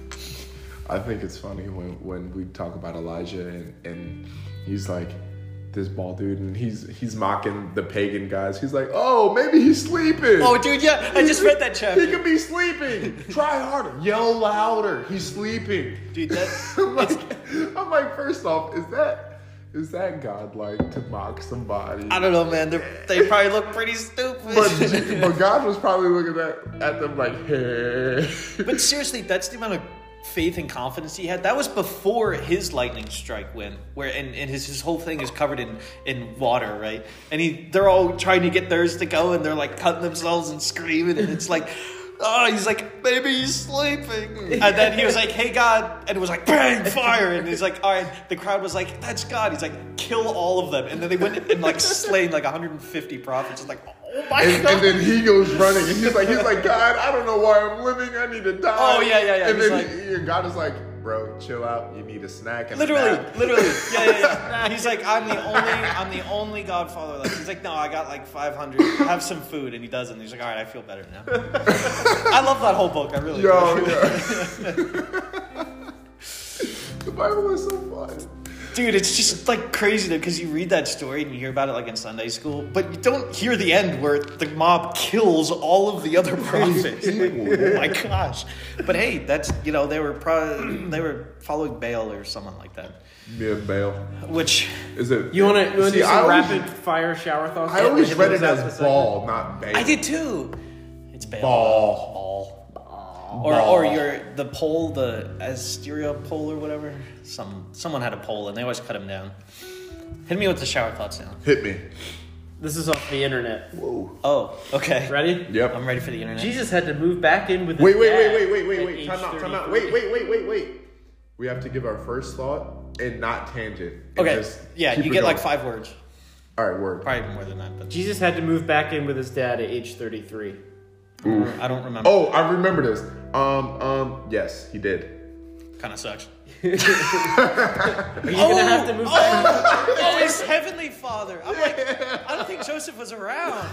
S2: I think it's funny when, when we talk about Elijah and, and he's like this bald dude and he's he's mocking the pagan guys. He's like, oh, maybe he's sleeping.
S1: Oh, dude, yeah, I just read that
S2: he
S1: chapter.
S2: could be sleeping. Try harder. Yell louder. He's sleeping.
S1: Dude, that
S2: I'm like, I'm like, first off, is that is that godlike to mock somebody?
S1: I don't know, man. They're, they probably look pretty
S2: But,
S1: stupid.
S2: but God was probably looking at, at them like, hey.
S1: But seriously, that's the amount of faith and confidence he had. That was before his lightning strike win, where and, and his, his whole thing is covered in, in water, right? And he they're all trying to get theirs to go and they're like cutting themselves and screaming and it's like Oh, he's like, maybe he's sleeping. And then he was like, hey, God. And it was like, bang, fire. And he's like, all right. The crowd was like, that's God. He's like, kill all of them. And then they went and like slain like 150 prophets. It's like, oh my
S2: And,
S1: God.
S2: and then he goes running, and he's like, he's like, God, I don't know why I'm living. I need to die.
S1: Oh, yeah, yeah, yeah.
S2: And
S1: He's
S2: then he- and God is like, bro, chill out. You need a snack. And a
S1: Literally,
S2: nap."
S1: literally, yeah, yeah, yeah. He's like, I'm the only, I'm the only Godfather left. He's like, no, I got like 500. Have some food, and he doesn't. He's like, all right, I feel better now. I love that whole book. I really. do.
S2: Yo, yeah. the Bible is so fun.
S1: Dude, it's just like crazy though, because you read that story and you hear about it like in Sunday school, but you don't hear the end where the mob kills all of the other prophets. Like, oh my gosh! But hey, that's you know they were probably they were following Baal or someone like that,
S2: Me and Baal.
S1: which
S2: Is it?
S3: You want to do
S2: See, I
S3: some
S2: always-
S3: rapid fire shower thoughts?
S2: I always
S3: Hit
S2: read
S3: those
S2: it
S3: out
S2: as
S3: the second.
S2: ball, not Baal.
S1: I did too. It's Baal.
S2: Ball.
S1: Ball. Or,
S2: Uh,
S1: or your the pole, the Asteria pole or whatever. Some someone had a pole and they always cut him down. Hit me with the shower thoughts now.
S2: Hit me.
S3: This is off the internet.
S2: Whoa.
S1: Oh, okay.
S3: Ready?
S2: Yep.
S1: I'm ready for the internet.
S3: Jesus had to move back in with. his
S2: Wait, wait,
S3: dad
S2: wait, wait, wait, wait,
S3: at
S2: wait.
S3: age
S2: Time out, time out. Wait,
S3: 33.
S2: wait, wait, wait, wait. We have to give our first thought and not tangent. and
S1: Okay.
S2: just
S1: Yeah,
S2: keep
S1: you
S2: it
S1: get like
S2: going.
S1: five words.
S2: All right, word.
S1: Probably more than that, but
S3: Jesus had to move back in with his dad at age 33.
S1: I don't remember.
S2: Oh, I remember this. Um, um, yes, he did.
S1: Kind of sucks.
S3: Are you gonna have to move back?
S1: Oh, his heavenly father. I'm like, I don't think Joseph was around.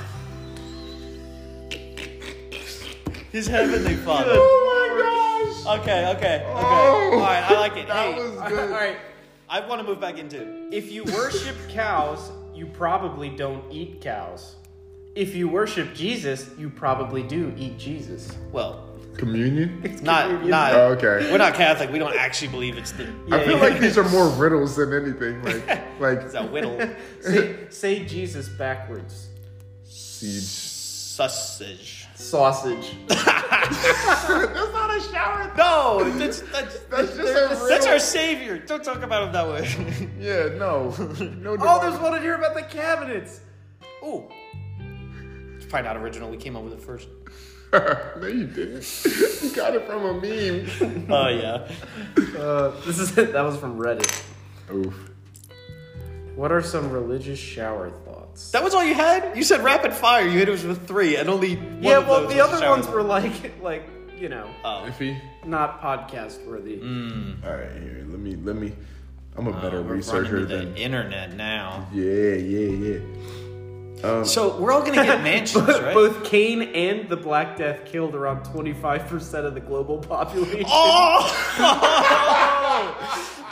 S1: His heavenly father.
S2: Oh my gosh.
S1: Okay, okay, okay.
S2: Oh.
S1: All right, I like it.
S2: That
S1: Hey,
S2: was
S3: in?
S2: good.
S3: All right.
S1: I want to move back into.
S3: If you worship cows, you probably don't eat cows. If you worship Jesus, you probably do eat Jesus.
S1: Well,
S2: Communion?
S1: not not.
S2: Oh, okay.
S1: We're not Catholic. We don't actually believe it's the.
S2: I feel
S3: yeah.
S2: like these are more riddles than anything. Like, like
S1: It's a whittle
S3: Say, say Jesus backwards.
S2: siege.
S1: sausage.
S3: Sausage.
S2: That's not a shower.
S1: No, that's that's
S2: That's just a riddle.
S1: that's our savior. Don't talk about him that way.
S2: Yeah, no. No.
S3: Oh, there's one in here about the cabinets.
S1: Ooh, it's probably not original. We came up with it first.
S2: no, you didn't. You got it from a meme.
S1: Oh yeah.
S3: Uh, this is that was from Reddit.
S2: Oof.
S3: What are some religious shower thoughts?
S1: That was all you had. You said rapid fire. You hit us with three, and only. One
S3: yeah,
S1: of
S3: well,
S1: those
S3: the
S1: was
S3: other
S1: shower
S3: ones
S1: thought.
S3: were like, like you know,
S1: Oh,
S2: Iffy.
S3: not podcast worthy.
S2: All right, here. Let me. Let me. I'm a better
S1: we're
S2: researcher
S1: running to the
S2: than.
S1: internet now.
S2: Yeah, yeah, yeah. Oh.
S1: So we're all gonna get mansions, right?
S3: Both Cain and the Black Death killed around 25% of the global population.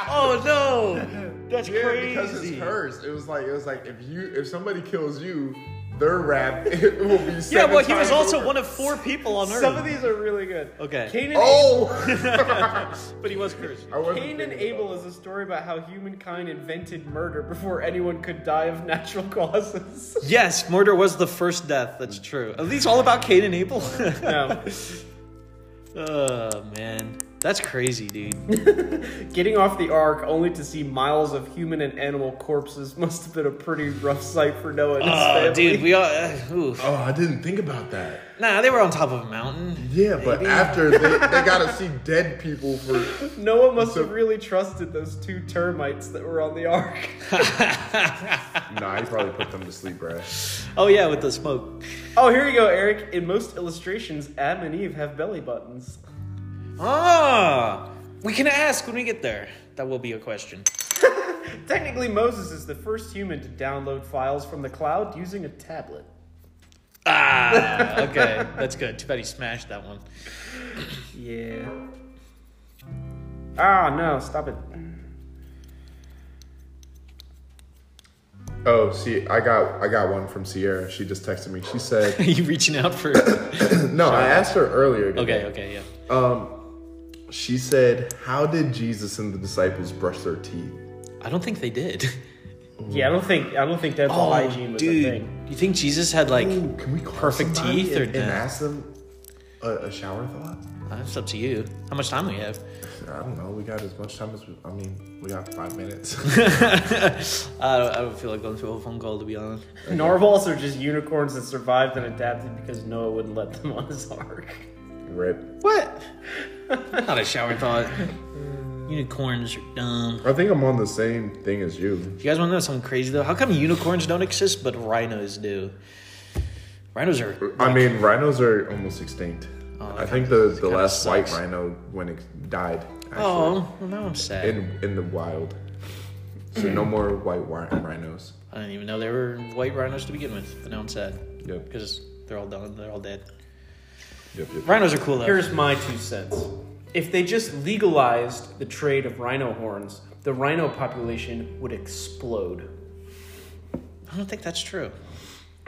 S1: Oh no, that's
S2: Yeah,
S1: crazy.
S2: because it's cursed. It was like it was like if you if somebody kills you, their rap it will be.
S1: yeah,
S2: seven
S1: well, he was
S2: times
S1: also
S2: over.
S1: one of four people on Earth.
S3: Some of these are really good.
S1: Okay.
S3: Cain and,
S2: Oh.
S1: but he was cursed.
S2: I wasn't
S3: Cain and
S2: thinking
S3: Abel is a story about how humankind invented murder before anyone could die of natural causes.
S1: Yes, murder was the first death. That's true. At least all about Cain and Abel.
S3: no.
S1: oh man, That's crazy, dude.
S3: Getting off the ark only to see miles of human and animal corpses must have been a pretty rough sight for Noah and his
S1: Oh,
S3: family.
S1: dude, we all. Uh, oof.
S2: Oh, I didn't think about that.
S1: Nah, they were on top of a mountain.
S2: Yeah, but after they, they gotta see dead people for.
S3: Noah must have really trusted those two termites that were on the ark.
S2: Nah, he probably put them to sleep, bro.
S1: Oh yeah, with the smoke.
S3: Oh, here you go, Eric. In most illustrations, Adam and Eve have belly buttons.
S1: Ah, we can ask when we get there. That will be a question.
S3: Technically, Moses is the first human to download files from the cloud using a tablet.
S1: Ah, okay, that's good. Too bad he smashed that one.
S3: Yeah. Ah, no, stop it.
S2: Oh, see, I got I got one from Sierra. She just texted me. She said,
S1: you reaching out for?
S2: "No, I asked her earlier."
S1: Okay, okay, yeah.
S2: Um, she said, "How did Jesus and the disciples brush their teeth?"
S1: I don't think they did.
S3: Yeah, I don't think I don't think dental hygiene was
S1: Oh, dude,
S3: a thing.
S1: you think Jesus had like?
S2: Ooh, can we call
S1: perfect
S2: somebody
S1: teeth or
S2: and, and
S1: no?
S2: ask them a, a shower thought?
S1: That's up to you. How much time we have?
S2: I don't know. We got as much time as we, I mean, we got five minutes.
S1: I don't, I don't feel like going through a phone call to be honest.
S3: Narwhals are just unicorns that survived and adapted because Noah wouldn't let them on his ark.
S2: Rip.
S1: What? Not a shower thought. Unicorns are dumb.
S2: I think I'm on the same thing as you.
S1: You guys want to know something crazy though? How come unicorns don't exist but rhinos do? Rhinos are.
S2: I mean, rhinos are almost extinct.
S1: Oh,
S2: I think the, the last white
S1: sucks.
S2: rhino when it died actually,
S1: Oh, well, now I'm sad.
S2: in in the wild. So no more white wi- rhinos.
S1: I didn't even know they were white rhinos to begin with, but now I'm sad
S2: Yep. Yep.
S1: because they're all done. They're all dead.
S2: Yep.
S1: Rhinos are cool though.
S3: Here's my two cents. If they just legalized the trade of rhino horns, the rhino population would explode.
S1: I don't think that's true.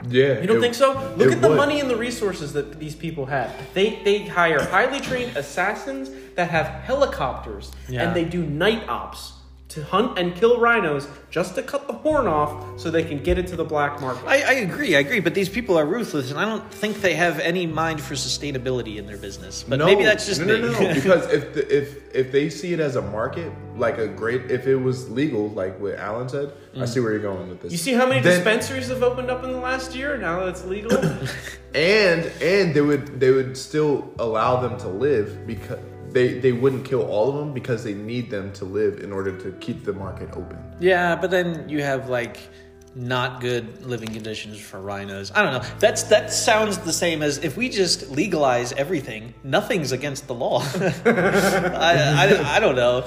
S2: Yeah.
S3: You don't
S2: it-
S3: think so? Look
S2: it
S3: at the
S2: would.
S3: money and the resources that these people have. They they hire highly trained assassins that have helicopters
S1: Yeah.
S3: and they do night ops to hunt and kill rhinos just to cut the horn off so they can get it to the black market.
S1: I, I agree, I agree, but these people are ruthless, and I don't think they have any mind for sustainability in their business. But maybe that's just
S2: no,
S1: me.
S2: no, no. because if the, if if they see it as a market, like a great, if it was legal, like what Alan said, I see where you're going with this.
S3: Mm. you see how many
S2: Then-
S3: dispensaries have opened up in the last year now that it's legal?
S2: and and they would they would still allow them to live because they they wouldn't kill all of them because they need them to live in order to keep the market open.
S1: Yeah, but then you have like not good living conditions for rhinos. I don't know. That's that sounds the same as if we just legalize everything. Nothing's against the law. I, I, I don't know.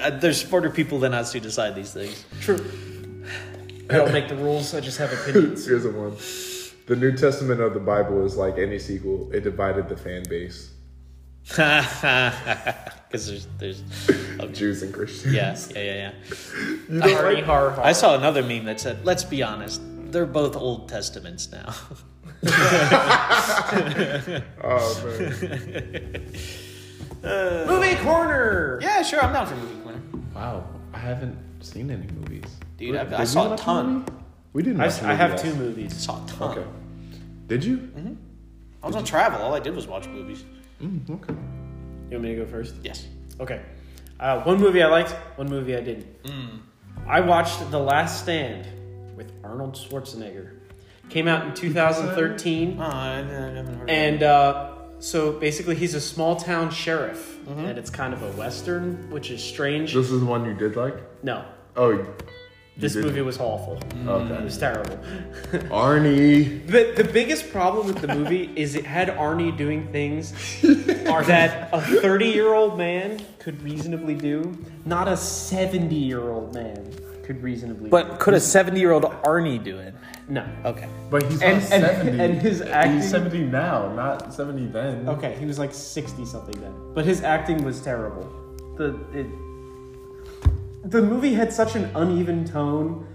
S1: Uh, There's smarter people than us who decide these things.
S3: True. I don't make the rules, I just have opinions.
S2: Here's the one. The New Testament of the Bible is like any sequel; it divided the fan base,
S1: Because there's there's okay.
S2: Jews and Christians.
S1: yeah yeah yeah yeah.
S3: Hardy har har.
S1: I saw another meme that said, "Let's be honest, they're both Old Testaments now."
S2: Oh man.
S3: Movie corner!
S1: yeah, sure. I'm down for movie corner,
S2: wow, I haven't seen any movies.
S1: dude.
S2: Did
S1: I, I
S2: we
S1: saw a
S2: watch a
S1: ton.
S2: movie? We didn't.
S3: I,
S2: watch a
S3: I
S2: movie
S3: have
S2: last-
S3: two movies.
S1: Saw a ton.
S2: Okay. Did you?
S1: I was on travel. All I did was watch movies.
S2: Mm, okay.
S3: You want me to go first?
S1: Yes.
S3: Okay. Uh, one movie I liked, one movie I didn't.
S2: Hmm.
S3: I watched The Last Stand with Arnold Schwarzenegger. Came out in 2013.
S1: Oh, I haven't heard.
S3: And uh, so basically, he's a small town sheriff. And it's kind of a Western, which is strange.
S2: Mm-hmm. This is the one you did like?
S3: no,
S2: Oh, you Hmm.
S3: this
S2: did-
S3: movie was awful. It
S1: Mm.
S2: Okay.
S3: was terrible.
S2: Arnie.
S3: But the biggest problem with the movie is it had Arnie doing things that a 30 year old man could reasonably do, not a 70 year old man could reasonably
S1: but could a 70 year old Arnie do it?
S3: do. No.
S1: Okay.
S2: But he's
S3: And-
S2: not
S3: and-
S2: 70.
S3: and his acting-
S2: He's 70 now, not 70 then.
S3: Okay, he was like 60 something then. But his acting was terrible. The, it, the movie had such an uneven tone.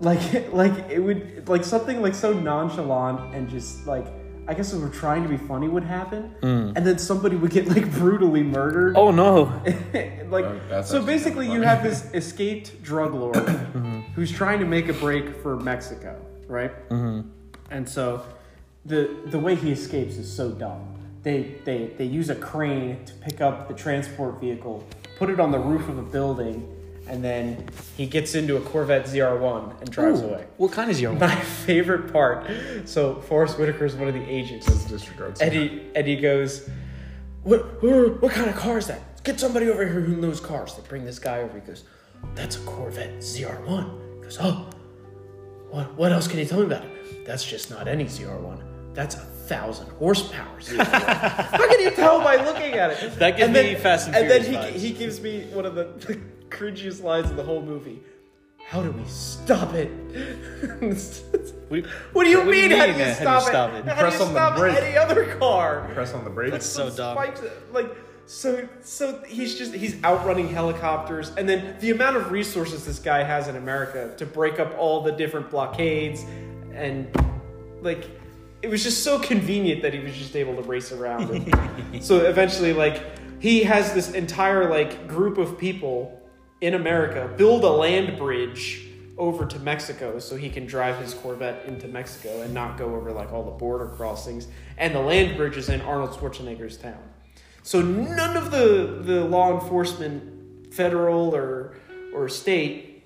S3: Like, like it would, like something like so nonchalant and just like, I guess we were trying to be funny would happen, and then somebody would get like brutally murdered.
S1: Oh no.
S3: like
S2: Oh, that's
S3: so
S2: actually
S3: basically
S2: kinda
S3: you
S2: funny. Mm-hmm.
S3: have this escaped drug lord who's trying to make a break for
S2: Mm-hmm.
S3: mexico right and so the the way he escapes is so dumb they, they, they use a crane to pick up the transport vehicle, put it on the roof of a building, and then he gets into a Corvette ZR1 and drives away.
S1: What kind is your
S3: My favorite part. So Forrest Whitaker is one of the agents.
S2: Disregards.
S3: Eddie Eddie goes, what, what what kind of car is that? Get somebody over here who knows cars. They bring this guy over. He goes, that's a Corvette ZR1. He goes, oh, what what else can you tell me about it? That's just not any ZR1. That's a thousand horsepower. ZR1. How can you tell by looking at it?
S1: That gives me Fast and
S3: then
S1: Furious
S3: he, he gives me one of the, the cringiest lines of the whole movie. How do we stop it?
S1: We-
S3: what do you
S1: what do you
S3: mean? How do
S1: mean,
S3: you
S1: how do you
S3: stop,
S1: stop
S3: it?
S1: it?
S3: How
S2: Press
S3: do you
S2: on the
S3: stop
S2: brake.
S3: any other car?
S2: Press on the brakes.
S1: so
S3: some
S1: dumb.
S3: spikes, like so, so he's just he's outrunning helicopters, and then the amount of resources this guy has in America to break up all the different blockades, and like it was just so convenient that he was just able to race around. And so eventually, like he has this entire like group of people in America build a land bridge over to Mexico so he can drive his Corvette into Mexico and not go over like all the border crossings. And the land bridge is in Arnold Schwarzenegger's town. So none of the, the law enforcement, federal or or state,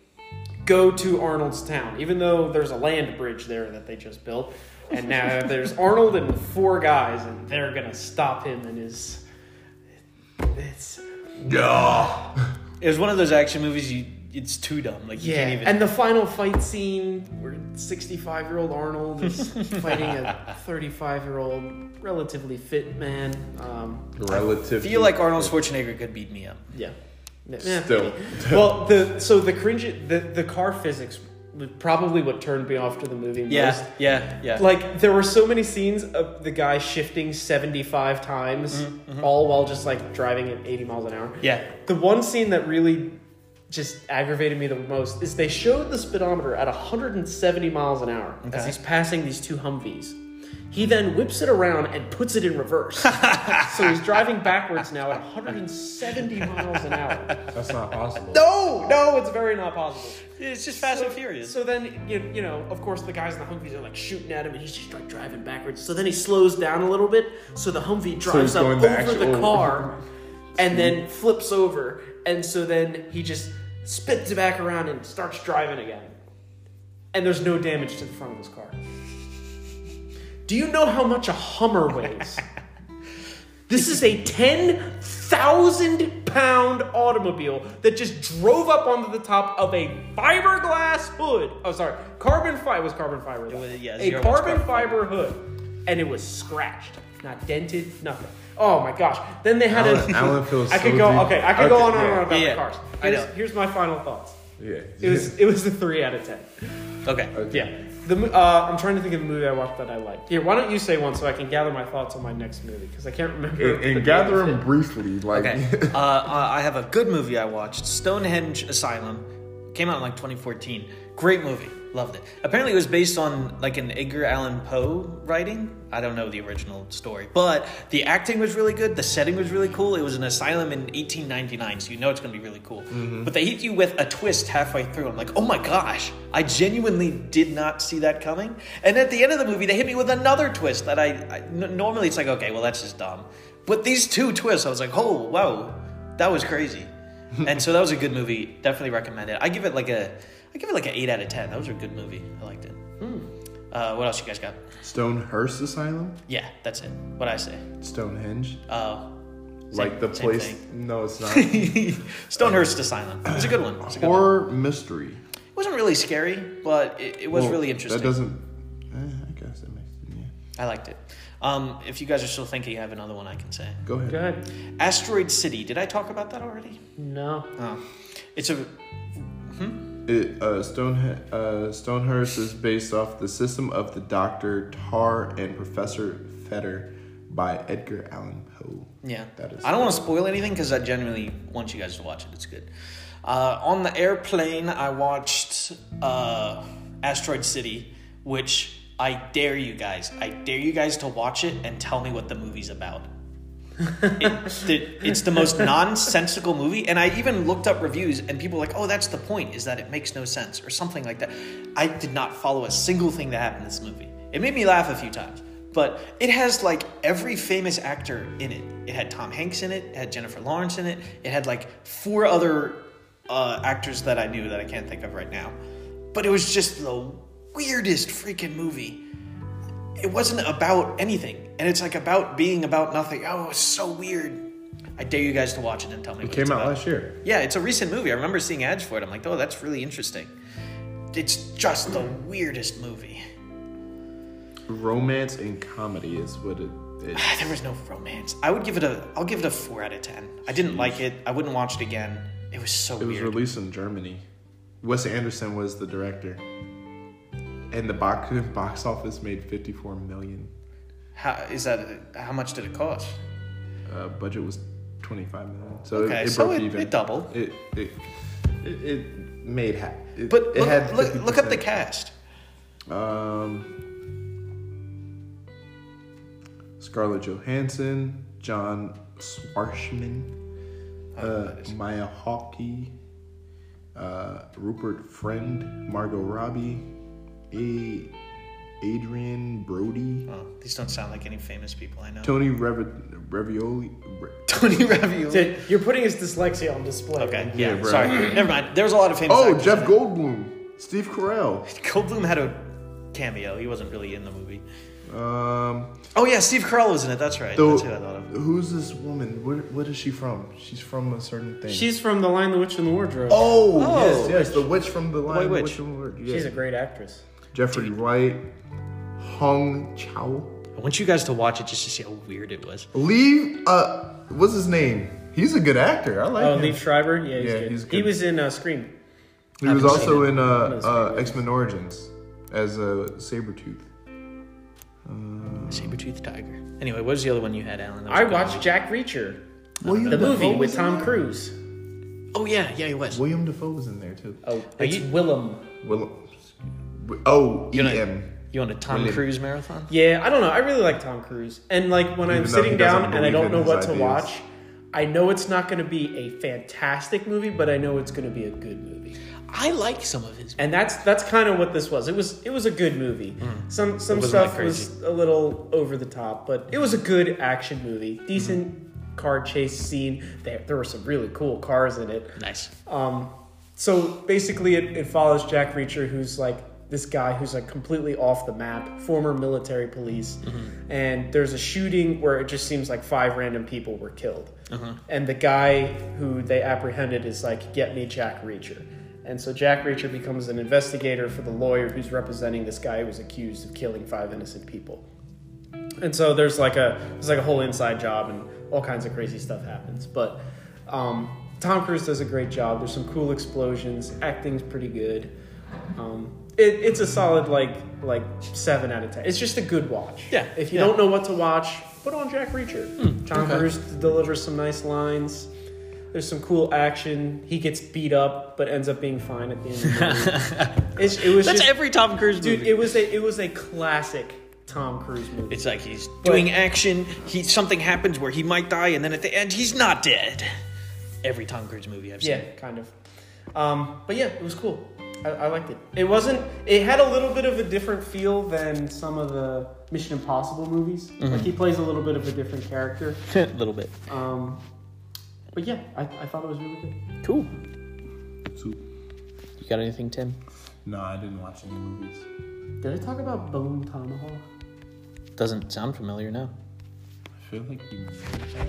S3: go to Arnold's town, even though there's a land bridge there that they just built. And now there's Arnold and four guys, and they're gonna stop him and his. It's
S2: Yeah.
S1: It was one of those action movies. You, it's too dumb. Like you
S3: yeah,
S1: can't even.
S3: and the final fight scene where 65 year old Arnold is fighting a 35 year old relatively fit man. Um,
S2: Relative.
S1: I feel like Arnold Schwarzenegger could beat me up.
S3: yeah, Yeah.
S2: still.
S3: well, the so the cringe the the car physics was probably what turned me off to the movie most.
S1: Yeah, yeah, yeah.
S3: Like there were so many scenes of the guy shifting 75 times all while just like driving at 80 miles an hour.
S1: yeah.
S3: The one scene that really just aggravated me the most is they showed the speedometer at 170 miles an hour as he's passing these two Humvees. He then whips it around and puts it in reverse. so he's driving backwards now at 170 miles an hour.
S2: That's not possible.
S3: No, no, it's very not possible.
S1: It's just Fast and Furious.
S3: So then, you, you know, of course, the guys in the Humvees are like shooting at him, and he's just like driving backwards. So then he slows down a little bit, so the Humvee drives
S2: he's
S3: up
S2: going
S3: over
S2: the actual-
S3: the car, and then flips over, and so then he just spits it back around and starts driving again. And there's no damage to the front of his car. Do you know how much a Hummer weighs? This is a 10,000 pound automobile that just drove up onto the top of a fiberglass hood. Oh, sorry. Carbon fiber was carbon fiber. though.
S1: was- yeah,
S3: a
S1: zero
S3: carbon,
S1: was carbon
S3: fiber hood. And it was scratched, not dented, nothing. Oh my gosh. Then they had
S2: Alan-
S3: a.
S2: Alan feels
S3: I could
S2: so
S3: go,
S2: deep.
S3: okay, I could go
S2: Okay, yeah.
S3: on and on, and on about
S1: Yeah,
S3: the cars.
S1: I
S3: Here's,
S1: know.
S3: here's my final thoughts.
S2: Yeah.
S3: It was, it was a 3 out of 10.
S1: okay.
S2: Okay.
S3: Yeah. The, mo- uh, I'm trying to think of the movie I watched that I liked. Here, why don't you say one so I can gather my thoughts on my next movie because I can't remember.
S2: And,
S3: the name
S2: and gather
S3: of it.
S2: them briefly. Like.
S1: Okay. uh, uh, I have a good movie I watched, Stonehenge Asylum. Came out in like 2014. Great movie. Loved it. Apparently, it was based on like an Edgar Allan Poe writing. I don't know the original story, but the acting was really good. The setting was really cool. It was an asylum in 1899, so you know it's going to be really cool. But they hit you with a twist halfway through. I'm like, oh my gosh, I genuinely did not see that coming. And at the end of the movie, they hit me with another twist that I, I n- normally it's like, okay, well that's just dumb. But these two twists, I was like, oh wow, that was crazy. and so that was a good movie. Definitely recommend it. I give it like a, I give it like an eight out of ten. That was a good movie. I liked it.
S2: Hmm.
S1: Uh, what else you guys got?
S2: Stonehurst Asylum.
S1: Yeah, that's it. What I say.
S2: Stonehenge.
S1: Uh,
S2: like the
S1: same
S2: place. No, it's not.
S1: Stonehurst Asylum. It's a good one. It's a good one.
S2: Horror mystery.
S1: It wasn't really scary, but it, it was
S2: Well,
S1: really interesting.
S2: That doesn't. eh, I guess that makes. Yeah.
S1: I liked it. Um, if you guys are still thinking, I have another one I can say.
S2: Go ahead.
S3: Go ahead.
S1: Asteroid City. Did I talk about that already?
S3: No.
S1: Oh, it's a
S2: It, uh, Stone, uh, Stonehurst is based off the system of the Doctor Tar and Professor Fetter by Edgar Allan Poe.
S1: Yeah,
S2: That is-
S1: I don't want to spoil anything because I genuinely want you guys to watch it. It's good. Uh, on the airplane, I watched uh, Asteroid City, which I dare you guys. I dare you guys to watch it and tell me what the movie's about. it, it- it's the most nonsensical movie, and I even looked up reviews, and people were like, "Oh, that's the point, is that it makes no sense," or something like that. I did not follow a single thing that happened in this movie. It made me laugh a few times, But it has like every famous actor in it. It had Tom Hanks in it. It had Jennifer Lawrence in it. It had like four other uh, actors that I knew that I can't think of right now. But it was just the weirdest freaking movie. It wasn't about anything, and it's like about being about nothing. Oh, it's so weird. I dare you guys to watch it and tell me.
S2: It came out last year.
S1: Yeah, it's a recent movie. I remember seeing ads for it. I'm like, oh, that's really interesting. It's just the weirdest movie.
S2: Romance and comedy is what it is.
S1: There was no romance. I would give it a. I'll give it a four out of ten. I didn't like it. I wouldn't watch it again. It was so
S2: It was
S1: weird.
S2: released in Germany. Wes Anderson was the director. And the box, box office made 54 million.
S1: how is that? How much did it cost?
S2: Uh, budget was 25 million. So
S1: Okay,
S2: it, it
S1: so
S2: broke
S1: it-
S2: even.
S1: it doubled.
S2: It it, it, it made half. It,
S1: But
S2: it
S1: look,
S2: had
S1: look, look up the
S2: 50%.
S1: cast.
S2: Um, Scarlett Johansson, John Swarshman,
S1: Oh,
S2: uh, Maya Hawkey, uh, Rupert Friend, Margot Robbie, A. Adrian Brody,
S1: Oh, these don't sound like any famous people I know.
S2: Tony Rev- Ravioli. Re-
S1: Tony Ravioli.
S3: Dude, You're putting his dyslexia on display.
S1: Okay,
S2: Yeah,
S1: yeah.
S2: bro.
S1: sorry, never mind. There was a lot of famous.
S2: oh,
S1: actors.
S2: Jeff Goldblum, Steve Carell,
S1: Goldblum had a cameo. He wasn't really in the movie.
S2: um,
S1: Oh yeah, Steve Carell was in it. That's right.
S2: The-
S1: That's who I thought of.
S2: Who's this woman? Where, what is she from? She's from a certain thing.
S3: She's from The Lion, the Witch, and the Wardrobe.
S2: Oh,
S1: Oh.
S2: yes, yes, the witch from the line.
S1: White
S2: the
S1: Witch.
S2: from the Word,
S3: She's
S2: yeah.
S3: a great actress.
S2: Jeffrey Wright, Hong Chow.
S1: I want you guys to watch it just to see how weird it was.
S2: Lee, uh, what's his name? He's a good actor. I like
S3: Oh,
S2: him.
S3: Leaf Schreiber? Yeah, he's,
S2: Yeah,
S3: good.
S2: he's
S3: He
S2: good.
S3: was in uh, Scream.
S2: he was
S1: haven't
S2: also
S1: seen
S2: in uh,
S3: those
S2: uh,
S3: movies.
S2: X Men Origins as a Sabretooth.
S1: Saber-toothed tiger. Anyway, what was the other one you had, Alan? That was
S3: I
S1: good.
S3: watched Jack Reacher,
S2: William
S3: the movie with
S2: was in
S3: Tom
S2: there?
S3: Cruise.
S1: Oh yeah, yeah, he was.
S2: William Defoe was in there too.
S3: Oh, it's Willem.
S2: Will- oh,
S1: You know-
S2: E.M.
S1: You want a Tom
S2: William.
S1: Cruise marathon?
S3: Yeah, I don't know. I really like Tom Cruise. And like
S2: Even
S3: when I'm
S2: though
S3: sitting
S2: he doesn't
S3: down and I
S2: believe
S3: don't
S2: in
S3: know
S2: his
S3: what to
S2: ideas.
S3: watch, I know it's not going to be a fantastic movie, but I know it's going to be a good movie.
S1: I like some of his.
S3: And that's that's kind of what this was. It was it was a good movie. Some some
S1: Mm. wasn't that
S3: stuff was a little over the top, but it was a good action movie. Decent
S1: Mm-hmm.
S3: car chase scene. There there were some really cool cars in it.
S1: Nice.
S3: Um, so basically, it, it follows Jack Reacher, who's like this guy who's like completely off the map, former military police, and there's a shooting where it just seems like five random people were killed, and the guy who they apprehended is like, "Get me Jack Reacher." And so Jack Reacher becomes an investigator for the lawyer who's representing this guy who was accused of killing five innocent people. And so there's like a there's like a whole inside job and all kinds of crazy stuff happens. But um, Tom Cruise does a great job. There's some cool explosions. Acting's pretty good. Um, it, it's a solid like like seven out of ten. It's just a good watch.
S1: Yeah,
S3: If you
S1: yeah. Hmm,
S3: don't know what to watch, put on Jack Reacher. Tom
S1: okay.
S3: Cruise delivers some nice lines. There's some cool action. He gets beat up, but ends up being fine at the end. of the movie. it's, it was
S1: That's
S3: just,
S1: every Tom Cruise
S3: dude.
S1: movie.
S3: It was a it was a classic Tom Cruise movie.
S1: it's like he's doing action. He something happens where he might die, and then at the end he's not dead. Every Tom Cruise movie I've seen.
S3: Yeah, kind of. Um, but yeah, it was cool. I, I liked it. It wasn't. It had a little bit of a different feel than some of the Mission Impossible movies. Like he plays a little bit of a different character.
S1: a little bit.
S3: Um, but yeah, I, I thought it was really good.
S1: Cool.
S2: So-
S1: You got anything, Tim?
S2: No, I didn't watch any movies.
S3: Did I talk about Bone Tomahawk?
S1: Doesn't sound familiar. No.
S2: I feel like you.
S3: Okay,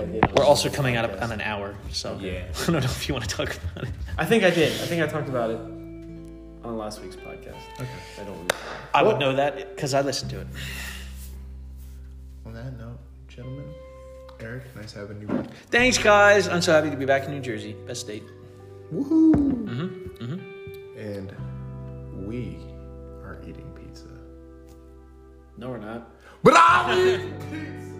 S3: I did.
S1: We're also coming out of, on an hour, so
S2: Yeah.
S1: I don't know if you want to talk about it.
S3: I think I did. I think I talked about it on last week's podcast. Okay. I don't. Remember.
S1: I would know that because I listened to it.
S2: On that note, gentlemen, Eric, nice having you. back.
S1: Thanks, guys. I'm so happy to be back in New Jersey. Best state.
S2: Woohoo!
S3: Mm-hmm,
S2: And we are eating pizza.
S3: No, we're not.
S2: But I'll eat pizza!